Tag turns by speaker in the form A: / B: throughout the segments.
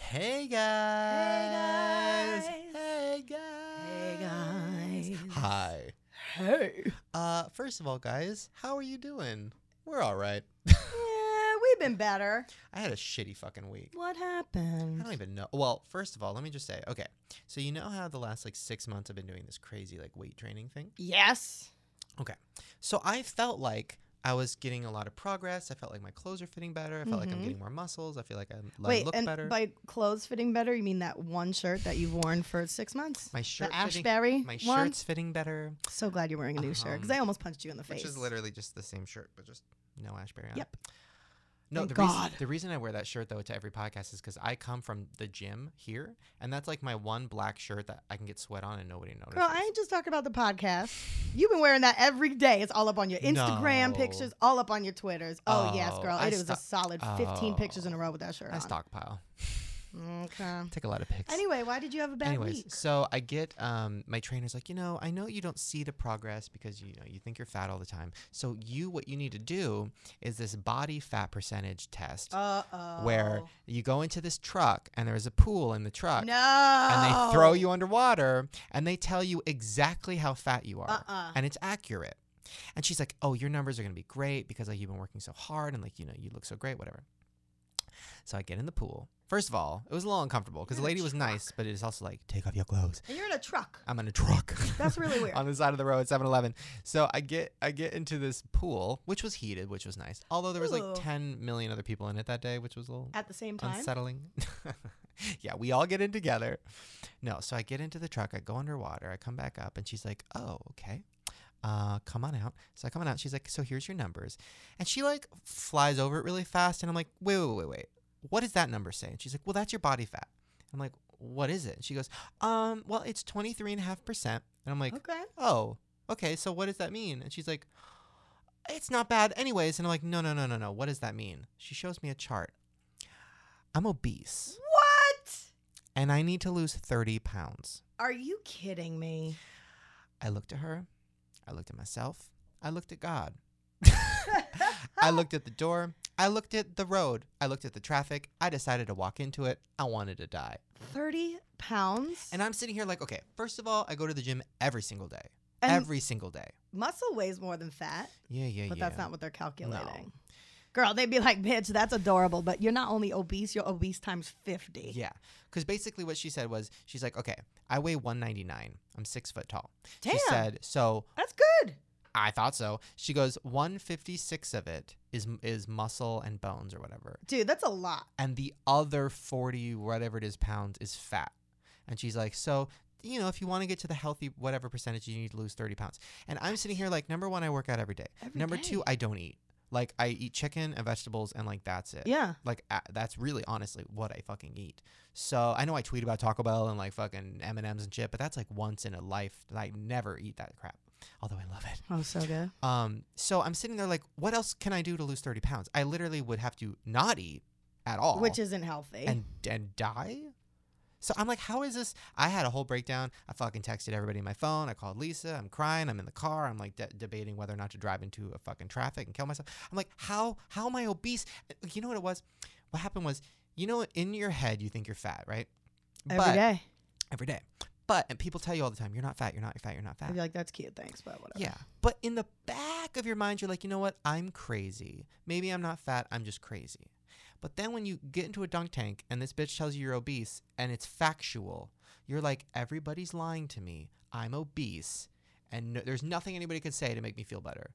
A: Hey guys.
B: guys.
A: Hey guys.
B: guys.
A: Hi.
B: Hey.
A: Uh first of all guys, how are you doing? We're all right.
B: Yeah, we've been better.
A: I had a shitty fucking week.
B: What
A: I
B: happened?
A: don't even know. Well, first of all, let me just say, okay. So you know how the last like 6 months I've been doing this crazy like weight training thing?
B: Yes.
A: So I felt like I was getting a lot of progress. I felt like my clothes are fitting better. I felt like I'm
B: Mhm.
A: getting more muscles. I feel like I'm, I
B: Wait,
A: look
B: and
A: better.
B: by clothes fitting better, you mean that one shirt that you've worn for six months?
A: my shirt
B: the
A: fitting,
B: Ashberry
A: my
B: one.
A: shirt's fitting better,
B: So glad you're wearing a new shirt because
A: Um,
B: I almost punched you in the face.
A: which is literally just the same shirt, but just no Ashberry on it.
B: Yep.
A: No,
B: Thank
A: the
B: God.
A: reason the reason I wear that shirt though to every podcast is because I come from the gym here, and that's like my one black shirt that I can get sweat on and nobody notices.
B: Girl, I ain't just talking about the podcast. You've been wearing that every day. It's all up on your Instagram
A: No.
B: pictures, all up on your Twitters. Oh, yes,
A: Oh,
B: girl.
A: I
B: It was
A: sto-
B: a solid 15
A: Oh.
B: pictures in a row with that shirt
A: I
B: on.
A: stockpile,
B: Okay.
A: take a lot of pics.
B: Anyway, why did you have a bad
A: Anyways,
B: week?
A: so I get um, my trainer's like, you know, I know you don't see the progress because you know you think you're fat all the time. So you, what you need to do is this body fat percentage test,
B: Uh-oh.
A: where you go into this truck and there's a pool in the truck,
B: No.
A: and they throw you
B: Oh.
A: underwater and they tell you exactly how fat you are,
B: Uh-uh.
A: and it's accurate. And she's like, oh, your numbers are gonna be great because like you've been working so hard and like you know you look so great, whatever. So I get in the pool. First of all, it was a little uncomfortable because the
B: You're in
A: lady
B: a
A: was nice, but it is also like, take off your clothes.
B: And you're in a truck.
A: I'm in a truck.
B: That's really weird.
A: on the side of the road, 7-Eleven. So I get I get into this pool, which was heated, which was nice. Although there was
B: Ooh.
A: like 10 million other people in it that day, which was a little
B: At the same time.
A: unsettling. yeah, we all get in together. No, so I get into the truck, I go underwater, I come back up, and she's like, "Oh, okay." Uh, come on out. So I come on out. She's like, "So here's your numbers," and she like flies over it really fast, and I'm like, "Wait, wait, wait, wait. What does that number say?" And she's like, "Well, that's your body fat." I'm like, "What is it?" And she goes, "Um, well, it's 23 and a half percent." And I'm like,
B: Okay.
A: oh, okay, so what does that mean? And she's like, it's not bad anyways. And I'm like, no, no, no, no, no. What does that mean? She shows me a chart. I'm obese
B: What?
A: and I need to lose 30 pounds.
B: Are you kidding me?
A: I looked at her. I looked at myself. I looked at God. I looked at the door. I looked at the road. I looked at the traffic. I decided to walk into it. I wanted to die.
B: 30 pounds?
A: And I'm sitting here like, okay, first of all, I go to the gym every single day.
B: And
A: every single day.
B: muscle weighs more than fat,
A: Yeah, yeah, yeah.
B: but that's not what they're calculating. Girl, they'd be like, bitch, that's adorable, but you're not only obese, you're obese times 50.
A: Yeah, because basically what she said was, she's like, okay, I weigh 199. I'm six foot tall.
B: Damn.
A: She said, so
B: That's good.
A: I thought so. She goes, 156 of it is is muscle and bones or whatever,
B: Dude, that's a lot.
A: and the other 40 whatever it is pounds is fat. And she's like, so you know, if you want to get to the healthy whatever percentage, you need to lose 30 pounds. And I'm sitting here like, number one, I work out every day.
B: Every
A: number two,
B: day.
A: I don't eat. Like I eat chicken and vegetables, and like that's it
B: Yeah.
A: like a that's really honestly what I fucking eat. So I know I tweet about Taco Bell and like fucking M and M's and shit, but that's like once in a life. that I never eat that crap, although I love it.
B: Oh, so good.
A: Um, so I'm sitting there like, what else can I do to lose thirty pounds? I literally would have to not eat at all,
B: Which isn't healthy.
A: and and die. So I'm like, how is this? I had a whole breakdown. I fucking texted everybody on my phone. I called Lisa. I'm crying. I'm in the car. I'm like de- debating whether or not to drive into a fucking traffic and kill myself. I'm like, how how am I obese? You know what it was? What happened was, you know, in your head you think you're fat, right?
B: every day.
A: Every day. But and people tell you all the time, you're not fat. You're not fat. You're not
B: I'd
A: fat.
B: be like, that's cute, thanks, but whatever.
A: Yeah. But in the back of your mind, you're like, you know what? I'm crazy. Maybe I'm not fat. I'm just crazy. But then when you get into a dunk tank and this bitch tells you you're obese and it's factual, you're like, everybody's lying to me. I'm obese. And no, there's nothing anybody could say to make me feel better.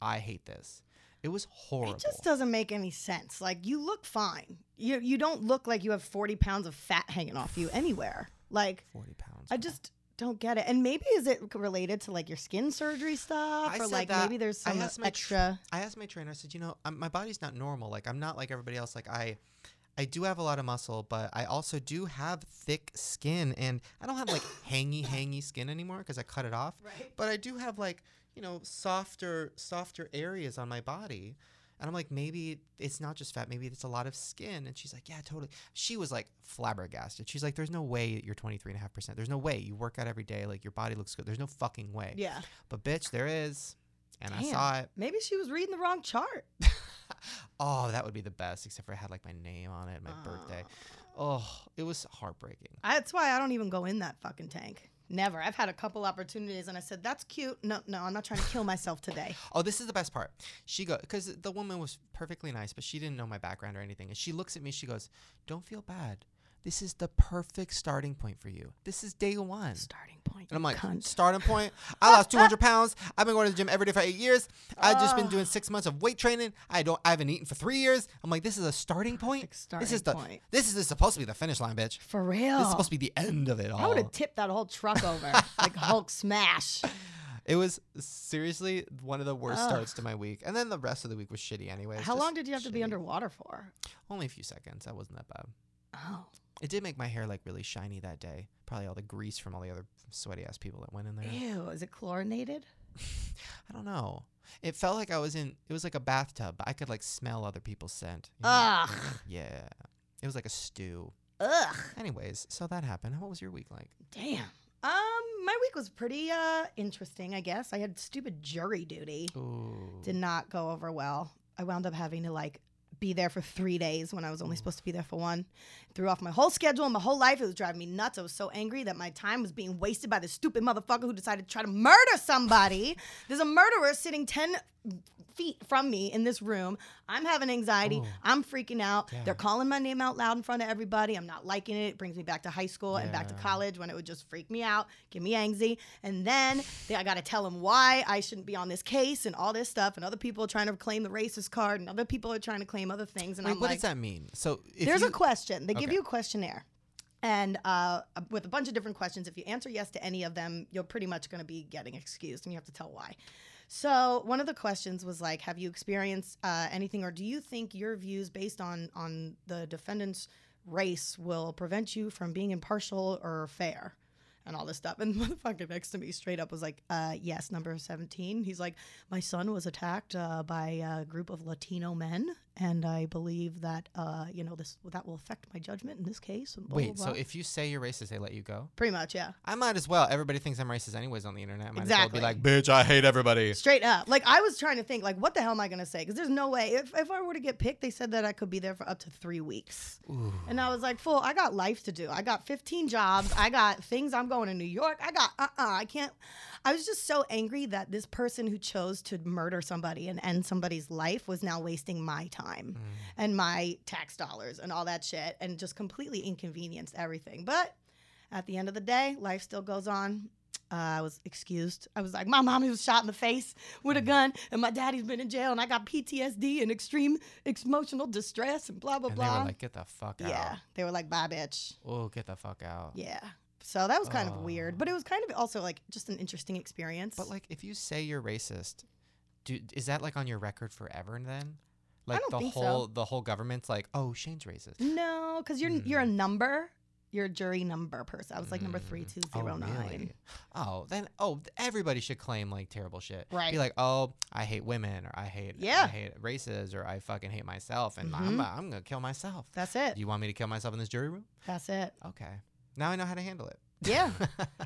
A: I hate this. It was horrible.
B: It just doesn't make any sense. Like you look fine. You you don't look like you have 40 pounds of fat hanging off you anywhere. Like
A: 40 pounds.
B: I
A: girl.
B: just don't get it. And maybe is it related to like your skin surgery stuff
A: I
B: or
A: said
B: like
A: that-
B: maybe there's
A: I
B: some
A: asked my tr-
B: extra
A: I asked my trainer. I said, you know, um, my body's not normal. Like I'm not like everybody else. Like I, I do have a lot of muscle, but I also do have thick skin, and I don't have like hangy, hangy skin anymore because I cut it off.
B: right.
A: But I do have like you know softer, softer areas on my body. And I'm like, maybe it's not just fat. Maybe it's a lot of skin. And she's like, yeah, totally. She was like flabbergasted. She's like, there's no way that you're 23.5%. There's no way you work out every day. Like your body looks good. There's no fucking way.
B: Yeah.
A: But bitch, there is. And I
B: Damn.
A: saw it.
B: Maybe she was reading the wrong chart.
A: oh, that would be the best, except for I had like my name on it, my birthday.
B: Uh,
A: Oh, it was heartbreaking.
B: That's why I don't even go in that fucking tank. Never. I've had a couple opportunities and I said, that's cute. No, no, I'm not trying to kill myself today.
A: Oh, this is the best part. She go because the woman was perfectly nice, but she didn't know my background or anything. And she looks at me. She goes, "Don't feel bad. This is the perfect starting point for you. This is day one."
B: Starting point.
A: And I'm like,
B: you cunt.
A: starting point. I lost 200 pounds. I've been going to the gym every day for eight years. I've just been doing six months of weight training. I don't. I haven't eaten for three years. I'm like, this is a starting point.
B: Perfect
A: this is the.
B: starting point.
A: This is supposed to be the finish line, bitch.
B: For real.
A: This is supposed to be the end of it all.
B: I Oh. would have tipped that whole truck over like Hulk smash.
A: It was seriously one of the worst starts to my week, and then the rest of the week was shitty. Anyway, It's
B: How
A: just
B: long did you have to be
A: shitty.
B: underwater for?
A: Only a few seconds. That wasn't that bad.
B: Oh,
A: It did make my hair like really shiny that day. Probably all the grease from all the other sweaty ass people that went in there.
B: ew. Is it chlorinated?
A: I don't know. It felt like I was in. It was like a bathtub. But I could like smell other people's scent. you know?
B: Ugh.
A: Yeah. It was like a stew.
B: Ugh.
A: Anyways, so that happened. What was your week like?
B: Damn. Um, my week was pretty uh interesting, I guess. I had stupid jury duty.
A: Ooh.
B: Did not go over well. I wound up having to like be there for three days when I was only supposed to be there for one. Threw off my whole schedule and my whole life. It was driving me nuts. I was so angry that my time was being wasted by this stupid motherfucker who decided to try to murder somebody. There's a murderer sitting 10 feet from me in this room. I'm having anxiety.
A: Oh.
B: I'm freaking out.
A: Yeah.
B: They're calling my name out loud in front of everybody. I'm not liking it. It brings me back to high school and back to
A: Yeah.
B: college when it would just freak me out, give me angsty. And then they, I got to tell them why I shouldn't be on this case and all this stuff. And other people are trying to claim the racist card and other people are trying to claim other things. And
A: Wait,
B: I'm
A: what
B: like,
A: does that mean? So if
B: there's
A: you,
B: a question. They give
A: Okay.
B: you a questionnaire, and uh, with a bunch of different questions. If you answer yes to any of them, you're pretty much going to be getting excused, and you have to tell why. So one of the questions was like, "Have you experienced uh, anything, or do you think your views based on on the defendant's race will prevent you from being impartial or fair?" And all this stuff. And the motherfucker next to me straight up was like, uh, yes, number 17. He's like, my son was attacked uh, by a group of Latino men. And I believe that, uh, you know, this that will affect my judgment in this case. And blah,
A: wait,
B: blah,
A: so
B: blah.
A: if you say you're racist, they let you go?
B: Pretty much, yeah.
A: I might as well. Everybody thinks I'm racist anyways on the internet. I might as well be like,
B: Exactly.
A: bitch, I hate everybody.
B: Straight up. Like, I was trying to think, like, what the hell am I going to say? Because there's no way. If, if I were to get picked, they said that I could be there for up to three weeks.
A: Ooh.
B: And I was like, fool, I got life to do. I got 15 jobs. I got things. I'm going to New York. I got, uh uh I can't. I was just so angry that this person who chose to murder somebody and end somebody's life was now wasting my time
A: Mm.
B: and my tax dollars and all that shit and just completely inconvenienced everything. But at the end of the day, life still goes on. Uh, I was excused. I was like, my mommy was shot in the face with
A: Hmm.
B: a gun, and my daddy's been in jail, and I got PTSD and extreme ex- emotional distress, and blah blah
A: And they
B: blah.
A: were like, get the fuck out.
B: yeah, they were like, bye, bitch.
A: Oh, get the fuck out.
B: Yeah. So that was kind of
A: Oh.
B: weird, but it was kind of also like just an interesting experience.
A: But like, if you say you're racist, do is that like on your record forever? Then,
B: I
A: like
B: don't
A: the
B: think so.
A: whole the whole government's like, oh, Shane's racist.
B: no, because you're you're a
A: Hmm.
B: number, you're a jury number person. I was like number three two
A: Oh,
B: zero nine.
A: really? Oh, then oh, th- everybody should claim like terrible shit.
B: Right.
A: Be like, oh, I hate women, or I hate I
B: Yeah.
A: hate races, or I fucking hate myself, and I'm
B: Mhm.
A: I'm gonna kill myself.
B: That's it.
A: Do you want me to kill myself in this jury room?
B: That's it.
A: Okay. Now I know how to handle it.
B: Yeah.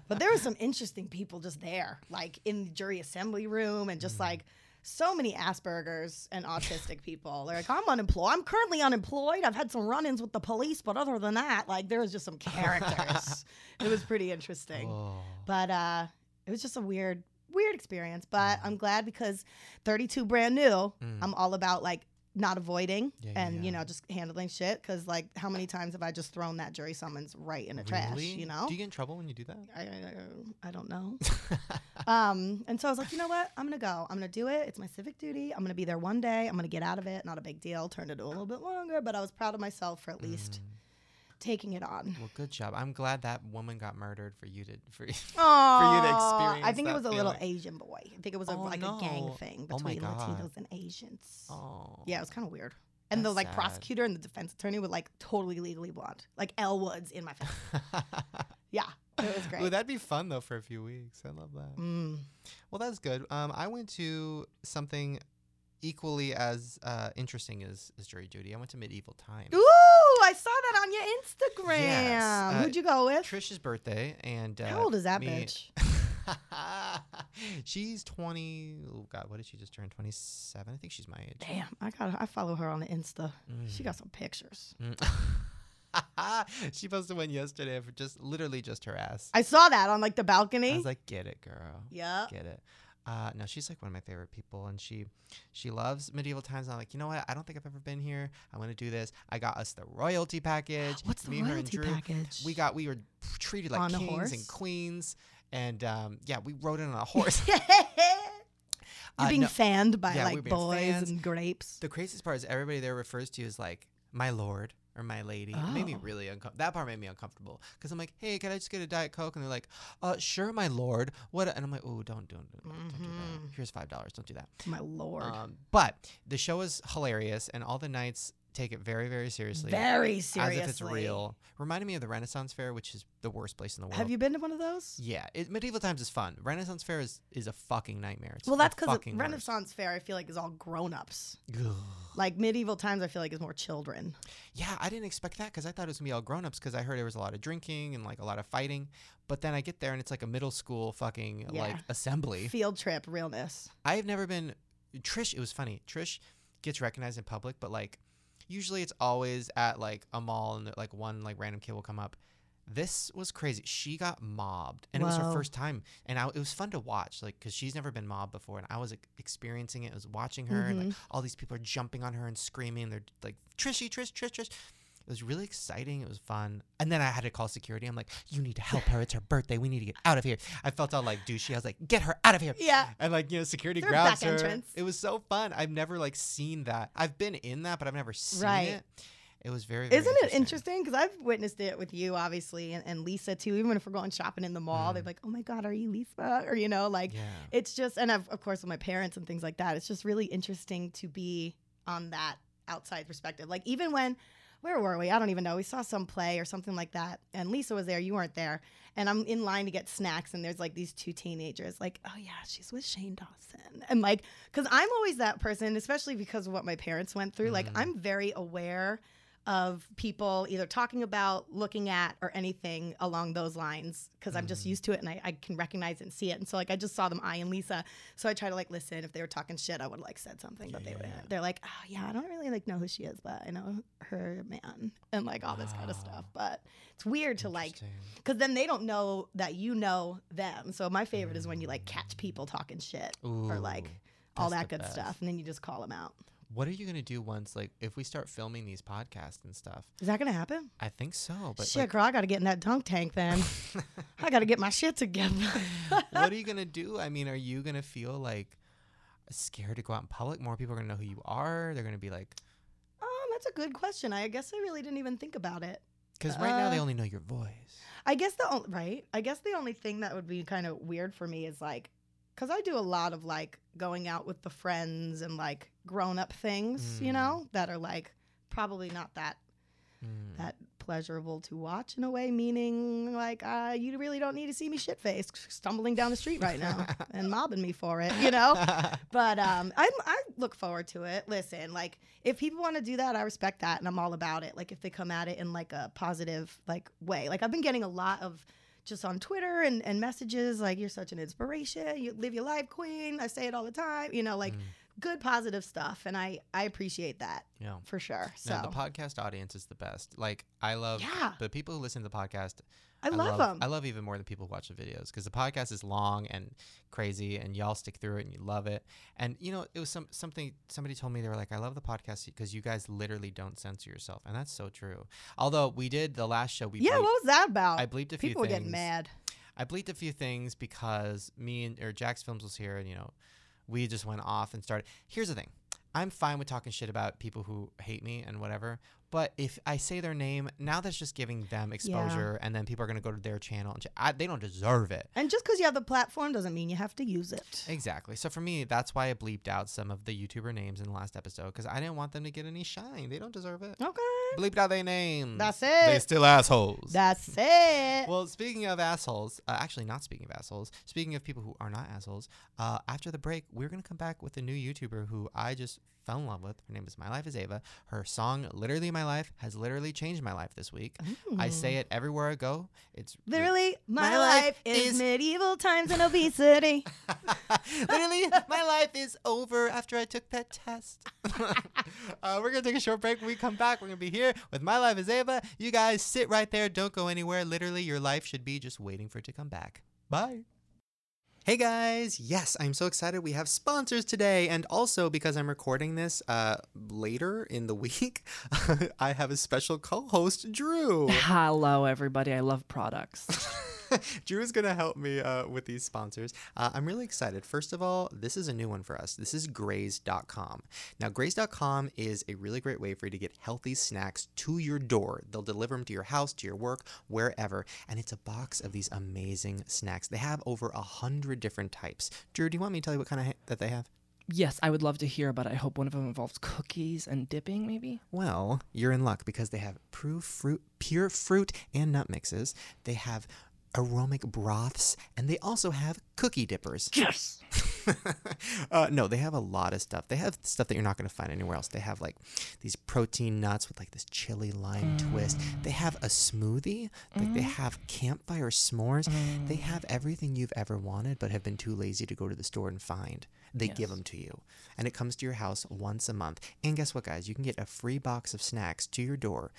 B: But there were some interesting people just there, like in the jury assembly room and
A: Hmm.
B: just like so many Asperger's and autistic people. They're like, I'm unemployed. I'm currently unemployed. I've had some run ins with the police, but other than that, like there was just some characters. it was pretty interesting.
A: Oh.
B: But uh it was just a weird, weird experience. But I'm glad because 32 brand new,
A: Mm.
B: I'm all about like not avoiding
A: Yeah, yeah,
B: and you
A: yeah.
B: know just handling shit because like how many times have I just thrown that jury summons right in the trash?
A: Really?
B: You know,
A: Do you get in trouble when you do that?
B: I, I, I don't know. um, and so I was like, you know what? I'm gonna go. I'm gonna do it. It's my civic duty. I'm gonna be there one day. I'm gonna get out of it. Not a big deal. Turned it a little bit longer, but I was proud of myself for at least taking it on.
A: Mm. Well, good job. I'm glad that woman got murdered for you to for.
B: Aw, I
A: experience
B: think it
A: that
B: was a little
A: feeling.
B: Asian boy. I think it was a,
A: Oh,
B: like a gang
A: no.
B: thing
A: Oh my
B: between
A: God.
B: Latinos and Asians.
A: oh.
B: Yeah, it was kind of weird. And the
A: That's
B: like
A: sad.
B: prosecutor and the defense attorney were like totally legally blonde, like Elle Woods in my face. Yeah, it was
A: Ooh,
B: great.
A: that'd be fun though for a few weeks. I love that.
B: Mm.
A: Well, that's good. Um, I went to something equally as uh, interesting as, as jury duty. I went to medieval times.
B: Ooh, I saw that on your Instagram.
A: Yes, uh,
B: Who'd you go with?
A: Trish's birthday, and uh,
B: How old is that
A: me-
B: bitch?
A: she's twenty. Oh God, what did she just turn? Twenty-seven. I think she's my age.
B: Damn, I got. I follow her on the Insta. She
A: Mm.
B: got some pictures.
A: Mm. she posted one yesterday of just literally just her ass.
B: I saw that on like the
A: I
B: balcony.
A: was like, get it, girl.
B: yeah.
A: Get it. Uh, no, she's like one of my favorite people, and she she loves medieval times. And I'm like, you know what? I don't think I've ever been here. I want to do this. I got us the royalty package.
B: What's the
A: Me, her, and
B: royalty
A: Drew,
B: package?
A: We got we were treated like
B: On a
A: kings
B: horse?
A: and queens, and um, yeah, we rode in on a horse.
B: You're
A: Uh,
B: being
A: no,
B: fanned by
A: Yeah, we were
B: like
A: being
B: boys
A: fans.
B: and grapes.
A: the craziest part is everybody there refers to you as like my lord or my lady. It made me
B: Oh.
A: really uncomfortable. That part made me uncomfortable because I'm like, hey, can I just get a diet coke? And they're like, uh, sure, my lord. What? a-" And I'm like, oh, don't don't don't, don't do that.
B: Mhm.
A: Here's five dollars. Don't do that.
B: My lord.
A: Um, but the show is hilarious, and all the nights take it very, very seriously.
B: Very seriously.
A: As if it's real. Reminded me of the Renaissance Fair, which is the worst place in the world.
B: Have you been to one of those?
A: Yeah, it, medieval times is fun. Renaissance Fair is, is a fucking nightmare. It's
B: Well,
A: the
B: that's because
A: fucking worst.
B: Renaissance Fair, I feel like, is all grown ups.
A: Ugh.
B: Like medieval times, I feel like is more children.
A: Yeah, I didn't expect that because I thought it was gonna be all grown ups because I heard there was a lot of drinking and like a lot of fighting. But then I get there and it's like a middle school fucking like
B: Yeah.
A: assembly.
B: Field trip realness.
A: I've never been Trish. It was funny. Trish gets recognized in public, but like usually it's always at like a mall and like one like random kid will come up. This was crazy. She got mobbed, and it was her
B: Wow.
A: first time, and I, it was fun to watch, like because she's never been mobbed before, and I was like, experiencing it. I was watching her, and like all these people are jumping on her and screaming. They're like Trishy, Trish, Trish, Trish. It was really exciting. It was fun, and then I had to call security. I'm like, you need to help her. It's her birthday. We need to get out of here. I felt all like douchey. I was like, get her out of here
B: Yeah.
A: and like you know security
B: Their
A: grabs
B: back
A: her.
B: entrance.
A: It was so fun. I've never like seen that. I've been in that, but I've never seen
B: Right.
A: it. It was very, very
B: Isn't it interesting? Because I've witnessed it with you, obviously, and, and Lisa too. Even if we're going shopping in the mall,
A: Mm.
B: they're like, "Oh my God, are you Lisa?" Or you know, like
A: Yeah.
B: it's just. And I've, of course, with my parents and things like that, it's just really interesting to be on that outside perspective. Like even when, where were we? I don't even know. We saw some play or something like that, and Lisa was there. You weren't there, and I'm in line to get snacks, and there's like these two teenagers, like, "Oh yeah, she's with Shane Dawson," and like, because I'm always that person, especially because of what my parents went through. Like
A: Mhm.
B: I'm very aware of people either talking about, looking at, or anything along those lines because I'm just
A: Mhm.
B: used to it and I, I can recognize and see it. And so like I just saw them, I and Lisa. So I try to like listen. If they were talking shit, I would like said something, but
A: Yeah,
B: they
A: yeah,
B: wouldn't.
A: yeah.
B: They're like, oh yeah, I don't really like know who she is, but I know her man and like all this kind of stuff. But it's weird to like
A: Ah. Interesting.
B: because then they don't know that you know them. So my favorite is when you like catch people talking shit or like
A: Ooh,
B: all
A: Mm. that's
B: that
A: the
B: good
A: best.
B: stuff, and then you just call them out.
A: What are you gonna do once like if we start filming these podcasts and stuff?
B: Is that gonna happen?
A: I think so, but
B: shit, girl, I gotta get in that dunk tank then.
A: like,
B: I gotta get my shit together.
A: what are you gonna do? I mean, are you gonna feel like scared to go out in public? More people are gonna know who you are. They're gonna be like,
B: um, that's a good question. I guess I really didn't even think about it.
A: because right now they
B: Uh,
A: only know your voice.
B: I guess the only right. I guess the only thing that would be kind of weird for me is like, because I do a lot of like going out with the friends and like grown up things, you
A: Mm.
B: know, that are like probably not that
A: Mm.
B: that pleasurable to watch in a way, meaning like uh, you really don't need to see me shit faced stumbling down the street right now and mobbing me for it, you know. But um, I I look forward to it. Listen, like if people want to do that, I respect that, and I'm all about it. Like if they come at it in like a positive like way. Like I've been getting a lot of just on Twitter and and messages like you're such an inspiration. You live your life, queen. I say it all the time. You know, like
A: Mm.
B: good positive stuff, and I I appreciate that
A: yeah.
B: for sure. So
A: No, the podcast audience is the best. Like I love
B: Yeah.
A: the people who listen to the podcast.
B: I love them.
A: I love even more the people who watch the videos because the podcast is long and crazy, and y'all stick through it and you love it. And you know, it was some something somebody told me they were like, "I love the podcast because you guys literally don't censor yourself," and that's so true. Although we did the last show, we
B: yeah,
A: bleeped-
B: what was that about?
A: I bleeped a few
B: people were
A: things.
B: getting mad.
A: I bleeped a few things because me and or Jack's Films was here, and you know, we just went off and started. Here's the thing: I'm fine with talking shit about people who hate me and whatever, but if I say their name, now that's just giving them exposure, and then people are gonna go to their channel and ch- I, they don't deserve it.
B: And just because you have the platform doesn't mean you have to use it.
A: Exactly. So for me, that's why I bleeped out some of the YouTuber names in the last episode because I didn't want them to get any shine. They don't deserve it.
B: Okay,
A: Bleeped out their names.
B: that's
A: Mm. They
B: it.
A: still assholes.
B: That's it.
A: Well, speaking of assholes, uh, actually, not speaking of assholes, speaking of people who are not assholes, uh, after the break, we're going to come back with a new YouTuber who I just fell in love with. Her name is My Life is Ava. Her song, Literally My Life, has literally changed my life this week. I say it everywhere I go. It's
C: Literally, my,
A: My
C: life,
A: life
C: is,
A: is-
C: medieval times and obesity.
A: literally my life is over after I took that test. uh, we're gonna take a short break. When we come back, we're gonna be here with My Life is Ava. You guys sit right there. Don't go anywhere. Literally, your life should be just waiting for it to come back. Bye. Hey guys, yes, I'm so excited. We have sponsors today, and also because I'm recording this uh, later in the week, I have a special co-host, Drew.
B: Hello, everybody. I love products.
A: Drew is going to help me uh, with these sponsors. Uh, I'm really excited. First of all, this is a new one for us. This is Graze.com. Now, Graze.com is a really great way for you to get healthy snacks to your door. They'll deliver them to your house, to your work, wherever. And it's a box of these amazing snacks. They have over a hundred different types. Drew, do you want me to tell you what kind of ha- that they have?
B: yes, I would love to hear, but I hope one of them involves cookies and dipping, maybe.
A: Well, you're in luck because they have pure fruit, pure fruit and nut mixes. They have aromatic broths, and they also have cookie dippers.
B: Yes.
A: uh, no, they have a lot of stuff. They have stuff that you're not going to find anywhere else. They have like these protein nuts with like this chili lime twist.
B: Mm.
A: They have a smoothie. Like they
B: Mm-hmm.
A: have campfire s'mores.
B: Mm.
A: They have everything you've ever wanted but have been too lazy to go to the store and find. They give 'em give them to you. And it comes to your house once a month. And guess what, guys? You can get a free box of snacks to your door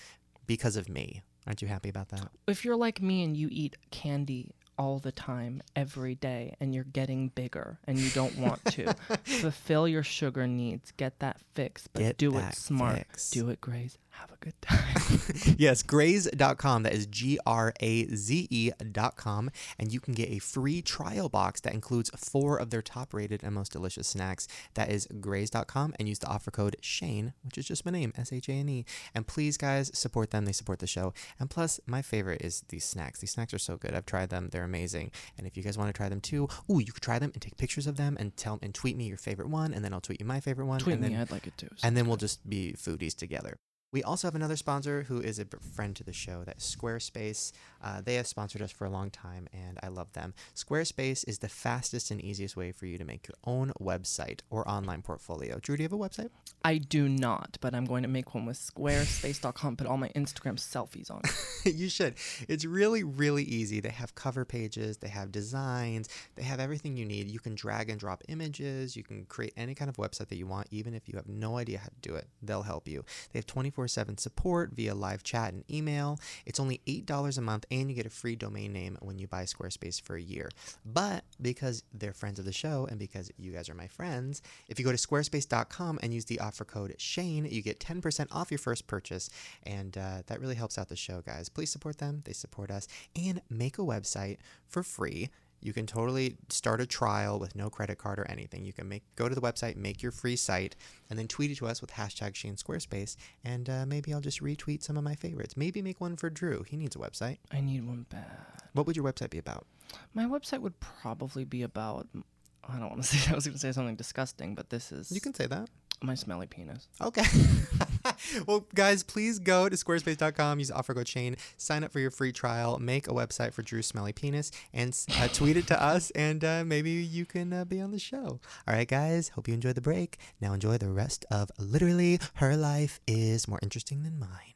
A: because of me. Aren't you happy about that?
B: If you're like me and you eat candy all the time, every day, and you're getting bigger and you don't want to, fulfill your sugar needs. Get that fix, but
A: Get
B: do
A: that
B: it smart.
A: fix.
B: Do it, Grace. Have a good time.
A: yes, graze.com. That is G R A Z E.com. And you can get a free trial box that includes four of their top rated and most delicious snacks. That is graze.com. And use the offer code Shane, which is just my name, S H A N E. And please, guys, support them. They support the show. And plus, my favorite is these snacks. These snacks are so good. I've tried them, they're amazing. And if you guys want to try them too, ooh, you could try them and take pictures of them and tell and tweet me your favorite one. And then I'll tweet you my favorite one.
B: Tweet
A: and then
B: me. I'd like it too.
A: and then we'll just be foodies together. We also have another sponsor who is a b- friend to the show. That's Squarespace. Uh, they have sponsored us for a long time, and I love them. Squarespace is the fastest and easiest way for you to make your own website or online portfolio. Drew, do you have a website?
B: I do not, but I'm going to make one with squarespace.com, put all my Instagram selfies on. it.
A: you should. It's really, really easy. They have cover pages, they have designs, they have everything you need. You can drag and drop images, you can create any kind of website that you want, even if you have no idea how to do it. They'll help you. They have 24 7 support via live chat and email. It's only $8 a month, and you get a free domain name when you buy Squarespace for a year. But because they're friends of the show and because you guys are my friends, if you go to squarespace.com and use the offer code Shane, you get 10% off your first purchase. And uh, that really helps out the show, guys. Please support them. They support us. And make a website for free. You can totally start a trial with no credit card or anything. You can make go to the website, make your free site, and then tweet it to us with hashtag Shane Squarespace. And uh, maybe I'll just retweet some of my favorites. Maybe make one for Drew. He needs a website.
B: I need one bad.
A: What would your website be about?
B: My website would probably be about. I don't want to say. I was going to say something disgusting, but this is
A: You can say that.
B: my smelly penis.
A: Okay. well, guys, please go to squarespace.com, use offer code Shane, sign up for your free trial, make a website for Drew's smelly penis, and uh, tweet it to us, and uh, maybe you can uh, be on the show. All right, guys, hope you enjoyed the break. Now enjoy the rest of Literally Her Life is More Interesting Than Mine.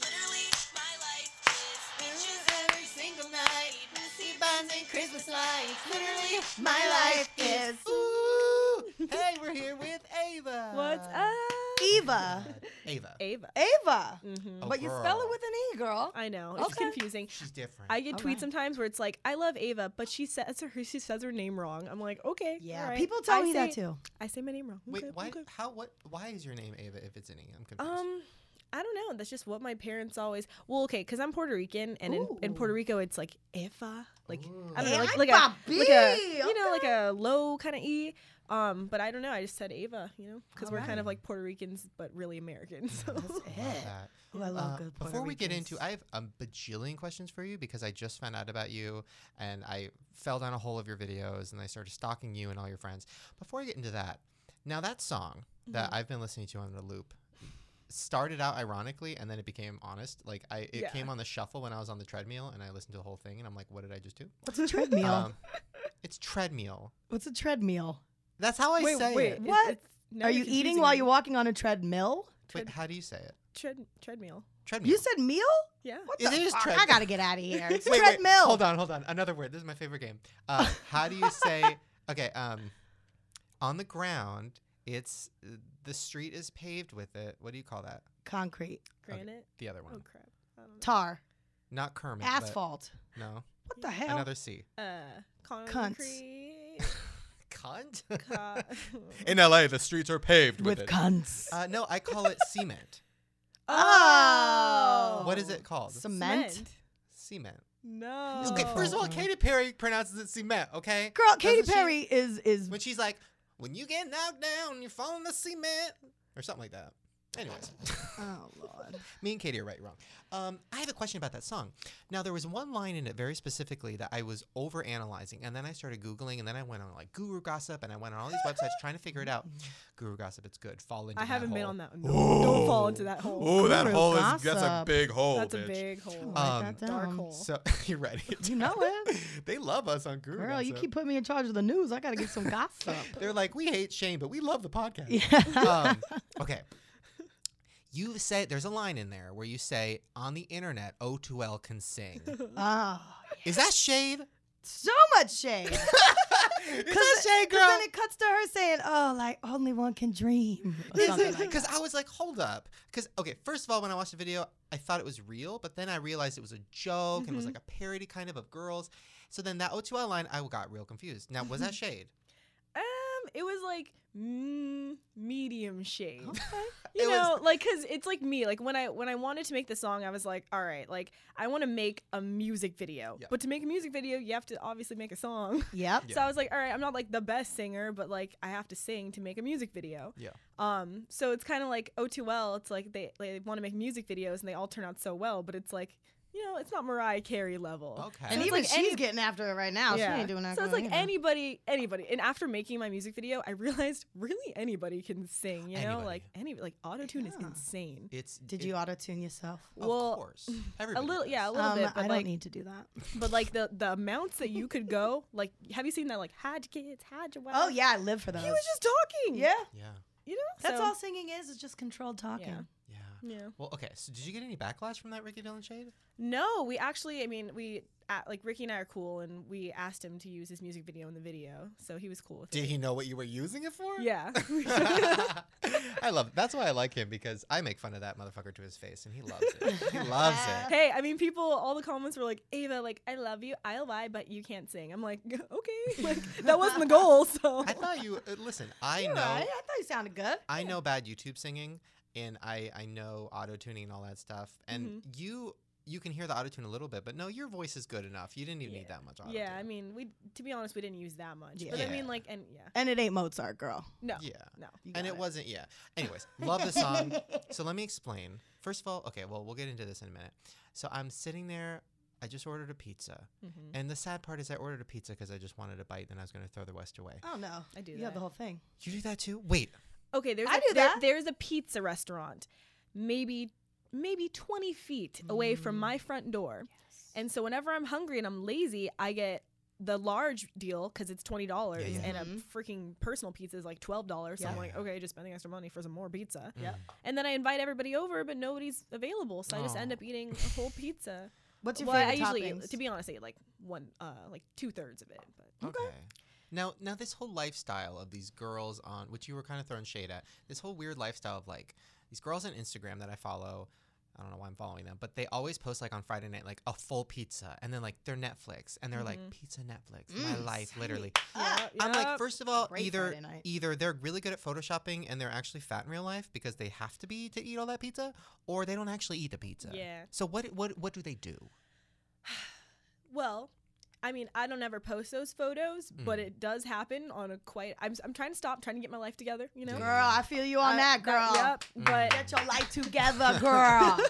D: Literally, my life is pictures every single night. Messy buns and Christmas lights. Literally, my life is.
A: Ooh, hey, we're here with Ava.
E: What's up?
C: Eva.
A: Ava.
E: Uh, E- Ava.
C: Ava.
E: Mm-hmm.
A: A
C: Uh, but you spell it
A: Oh, girl.
C: with an E, girl.
E: I know. It's
C: Okay.
E: confusing.
A: She's different.
E: I get
C: All
E: tweets
C: right.
E: sometimes where it's like, "I love Ava," but she says her she says her name wrong. I'm like, okay,
C: Yeah.
E: all right.
C: People tell
E: I
C: me that
E: say-
C: too.
E: I say my name wrong.
A: Wait,
E: Okay,
A: why?
E: okay.
A: How? What? Why is your name Ava if it's an E? I'm confused.
E: Um, I don't know. That's just what my parents always. Well, okay, because I'm Puerto Rican, and in, in
C: Ooh.
E: Puerto Rico, it's like Eva, like I don't
C: Ooh.
E: know, like, like a like a you know like a low kind of E. Um, but I don't know. I just said Eva, you know, because we're kind of like Puerto Ricans but really American. So
A: Love
C: Yeah.
A: that.
C: Ooh, I love
A: Uh,
C: good Puerto
A: before we get
C: Ricans.
A: into, I have a bajillion questions for you because I just found out about you and I fell down a hole of your videos and I started stalking you and all your friends. Before I get into that, now that song
C: Mm-hmm.
A: that I've been listening to on the loop started out ironically and then it became honest. Like I, it
E: Yeah.
A: came on the shuffle when I was on the treadmill and I listened to the whole thing and I'm like, what did I just do?
C: What's a treadmill?
A: Um, it's treadmill.
C: What's a treadmill?
A: That's how I
E: wait,
A: say
E: wait.
A: it.
E: it's-
C: What?
E: it's- now
C: Are
E: you're
C: you eating
E: confusing
C: while
E: me.
C: you're walking on a treadmill?
A: Wait, how do you say it?
E: Tread, treadmill.
A: Treadmill.
C: You said meal?
E: Yeah.
C: What
A: It
C: the
A: is
C: fuck? I
A: treadmill.
C: gotta get out of here. It's
A: Wait, wait,
C: treadmill.
A: Hold on, hold on. Another word. This is my favorite game. Uh, how do you say? Okay. Um, on the ground, it's the street is paved with it. What do you call that?
C: Concrete,
E: Granite.
A: The other one,
E: Oh crap. I don't know.
C: tar,
A: not Kermit. but-
C: asphalt.
A: No,
C: What the hell?
A: another C.
E: uh, concrete.
C: Cunts.
A: Cunt.
E: co-
A: LA, the streets are paved
C: with cunts.
A: Uh, no, I call it cement.
C: Oh.
A: What is it called?
C: Cement.
A: cement.
E: No.
A: Okay, first of all,
B: Oh.
A: Katy Perry pronounces it cement. Okay,
C: Girl, Katy
A: Doesn't she-
C: Perry is is
A: when she's like, "When you get knocked down, you're falling to cement," or something like that. Anyways,
C: Oh lord.
A: me and Katie are right wrong. Um, I have a question about that song. Now there was one line in it very specifically that I was over analyzing, and then I started googling, and then I went on like Guru Gossip, and I went on all these websites trying to figure it out. Guru Gossip, it's good. Fall into.
E: I
A: that
E: haven't been
A: hole.
E: on that one. No, Don't fall into
A: Oh.
E: that hole.
A: Oh, that
C: Guru
A: hole is that's a
C: Gossip.
A: big hole.
E: That's
A: bitch.
E: a big hole.
A: Uh,
C: Write
A: Um,
C: that
E: Dark
C: down.
E: hole.
A: So you ready?
C: You know it.
A: they love us on Guru.
C: Girl, you
A: Gossip.
C: keep putting me in charge of the news. I gotta get some gossip.
A: They're like, we hate Shane, but we love the podcast.
C: yeah.
A: um, okay. You say there's a line in there where you say on the internet O2L can sing.
C: oh,
A: Is that shade?
C: so much shade.
A: Is that
C: Cause-
A: shade,
C: Because
A: girl?
C: then it cuts to her saying, "Oh, like only one can dream." or something like
A: Because I was like, hold up. Because okay, first of all, when I watched the video, I thought it was real, but then I realized it was a joke and it was
E: Mhm.
A: like a parody kind of of girls. So then that O2L line, I got real confused. Now was that shade?
E: Um, it was like mm, medium shade.
A: It
E: You
A: was-
E: know, like 'cause like cuz it's like me, like when I when I wanted to make the song, I was like, all right, like I want to make a music video.
A: Yeah.
E: But to make a music video, you have to obviously make a song.
C: that. Yep.
A: Yeah.
E: So I was like, all right, I'm not like the best singer, but like I have to sing to make a music video.
A: Yeah.
E: Um, so it's kind of like O2L, it's like they like, they want to make music videos and they all turn out so well, but it's like, you know, it's not Mariah Carey level.
A: Okay.
C: And
E: it's
C: even
E: like
C: she's
E: any-
C: getting after it right now. She ain't doing that.
E: So it's
C: good
E: like
C: either.
E: anybody, anybody. And after making my music video, I realized really anybody can sing. You know,
A: Anybody.
E: like any like auto tune is
C: Yeah.
E: insane.
A: it's
C: Did
A: it-
C: you auto tune yourself?
A: Of
E: Well,
A: course. Everybody
E: little-
A: does.
E: yeah, a little
C: um,
E: bit, but
C: I
E: like-
C: don't need to do that.
E: But like the the amounts that you could go, like have you seen that like had kids, had your wife?
C: Oh yeah, I live for those.
E: he was just talking.
C: yeah.
A: Um, Yeah.
E: you know,
C: That's
E: So-
C: all singing is is just controlled talking.
A: Yeah.
E: Yeah.
A: Well, okay. So, did you get any backlash from that Ricky Dillon shade?
E: No, we actually, I mean, we uh, like Ricky and I are cool, and we asked him to use his music video in the video, so he was cool with
A: Did
E: it.
A: he know what you were using it for?
E: Yeah.
A: I love. That's why I like him because I make fun of that motherfucker to his face, and he loves it. He loves it.
E: Hey, I mean, people, all the comments were like, Ava, like, I love you, I lie, but you can't sing. I'm like, okay. Like, that wasn't the goal, so.
A: I thought you. Uh, listen, I
C: You're
A: know.
C: right. I thought you sounded good.
A: I know bad YouTube singing, and I I know auto tuning and all that stuff. And you you can hear the auto tune a little bit, but no, your voice is good enough. You didn't even need
E: Yeah.
A: that much auto.
E: Yeah, I mean, we, to be honest, we didn't use that much.
C: Yeah.
E: But I
A: Yeah.
E: mean, like, and yeah,
C: And it ain't Mozart, girl.
E: no,
A: yeah.
E: no.
C: You
A: and
C: got
A: it, wasn't yeah anyways love the song so let me explain first of all okay well we'll get into this in a minute so i'm sitting there i just ordered a pizza
E: Mhm.
A: and the sad part is i ordered a pizza because i just wanted a bite and i was going to throw the rest away
C: Oh no,
E: I do
C: You have
E: that.
C: the whole thing.
A: you do that too wait
E: Okay, there's
C: I
E: a-
C: do
E: there-
C: that.
E: there's a pizza restaurant, maybe maybe 20 feet away from
A: Mm.
E: my front door. And so whenever I'm hungry and I'm lazy, I get the large deal because it's twenty dollars,
A: Yeah, yeah.
C: Mhm.
E: and a freaking personal pizza is like twelve dollars. So
A: Yeah. Mm.
E: I'm like, okay, just spending extra money for some more pizza.
A: Yep.
E: And then I invite everybody over, but nobody's available, so I just end
A: Aw.
E: up eating a whole pizza.
C: What's your
E: well, I
C: favorite
E: usually,
C: toppings?
E: eat, to be honest, I eat like one, uh, like two thirds of it. But
A: okay, Now, now this whole lifestyle of these girls on which you were kind of throwing shade at this whole weird lifestyle of like these girls on Instagram that I follow. I don't know why I'm following them, but they always post like on Friday night like a full pizza, and then like their Netflix, and they're like
E: Mhm.
A: pizza Netflix, my
C: Mm-hmm. Mm,
A: life
C: sign me
A: literally.
C: Ah,
E: Yeah,
A: I'm like,
E: yeah.
A: first of all,
C: Great
A: either
C: Friday night.
A: either they're really good at photoshopping and they're actually fat in real life because they have to be to eat all that pizza, or they don't actually eat the pizza.
E: Yeah.
A: So what what what do they do?
E: Well, I mean, I don't ever post those photos, but
A: Mm.
E: it does happen on a quite. I'm, I'm trying to stop, trying to get my life together, you know?
A: Yeah.
C: girl, I feel you on
E: I-
C: that, girl.
E: yep.
A: Mm.
E: But
C: Get your life together, girl.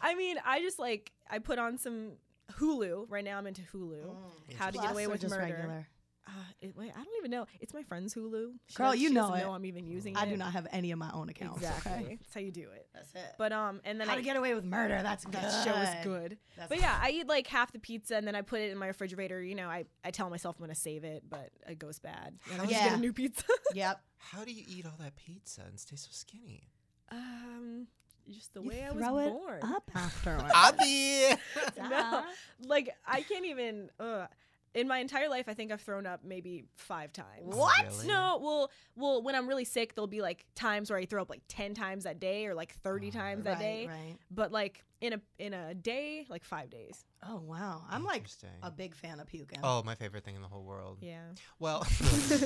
E: I mean, I just like, I put on some Hulu. Right now I'm into Hulu. How to
C: Plus
E: get away
C: or
E: with
C: Oh, just
E: murder.
C: regular?
E: uh, it, wait, I don't even know. It's my friend's Hulu. She
C: Girl,
E: doesn't-
C: you
E: she
C: know
E: doesn't
C: it.
E: know I'm even using
C: I
E: it.
C: do not have any of my own accounts.
E: Exactly.
C: Okay?
E: That's how you do it.
C: That's it.
E: But um, and then
C: How
E: I
C: to get away with murder? That's good.
E: that show is good.
C: That's
E: But yeah, I eat like half the pizza and then I put it in my refrigerator. You know, I, I tell myself I'm gonna save it, but it goes bad. And I just
C: Yeah.
E: get a new pizza.
C: Yep.
A: How do you eat all that pizza and stay so skinny?
E: um, just the
C: You
E: way I was
C: throw it
E: born.
C: up afterwards.
A: Abby!
E: No, like I can't even. Uh, in my entire life, I think I've thrown up maybe five times.
A: What? Really?
E: No, well, well, when I'm really sick, there'll be like times where I throw up like ten times that day or like thirty
A: Oh.
E: times that
C: Right,
E: day.
C: right.
E: But like in a in a day, like five days.
C: Oh wow. I'm like
A: Interesting.
C: a big fan of puking.
A: Oh, my favorite thing in the whole world.
E: Yeah,
A: Well,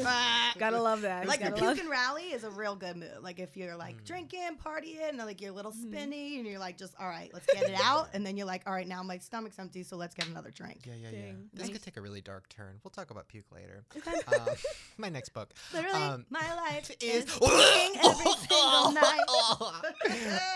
C: Ah.
E: gotta love that.
C: like the
E: Gotta love-
C: puke and rally is a real good move. Like if you're like
A: Mm.
C: drinking, partying, and like you're a little
E: Mhm.
C: spinny, and you're like just all right, let's get it out, and then you're like all right, now my stomach's empty, so let's get another drink.
A: yeah, yeah, yeah.
E: Dang.
A: This
E: Nice.
A: could take a really dark turn. We'll talk about puke later. um, my next book
C: Literally,
A: Um,
C: my life
A: is
C: is puking every single night.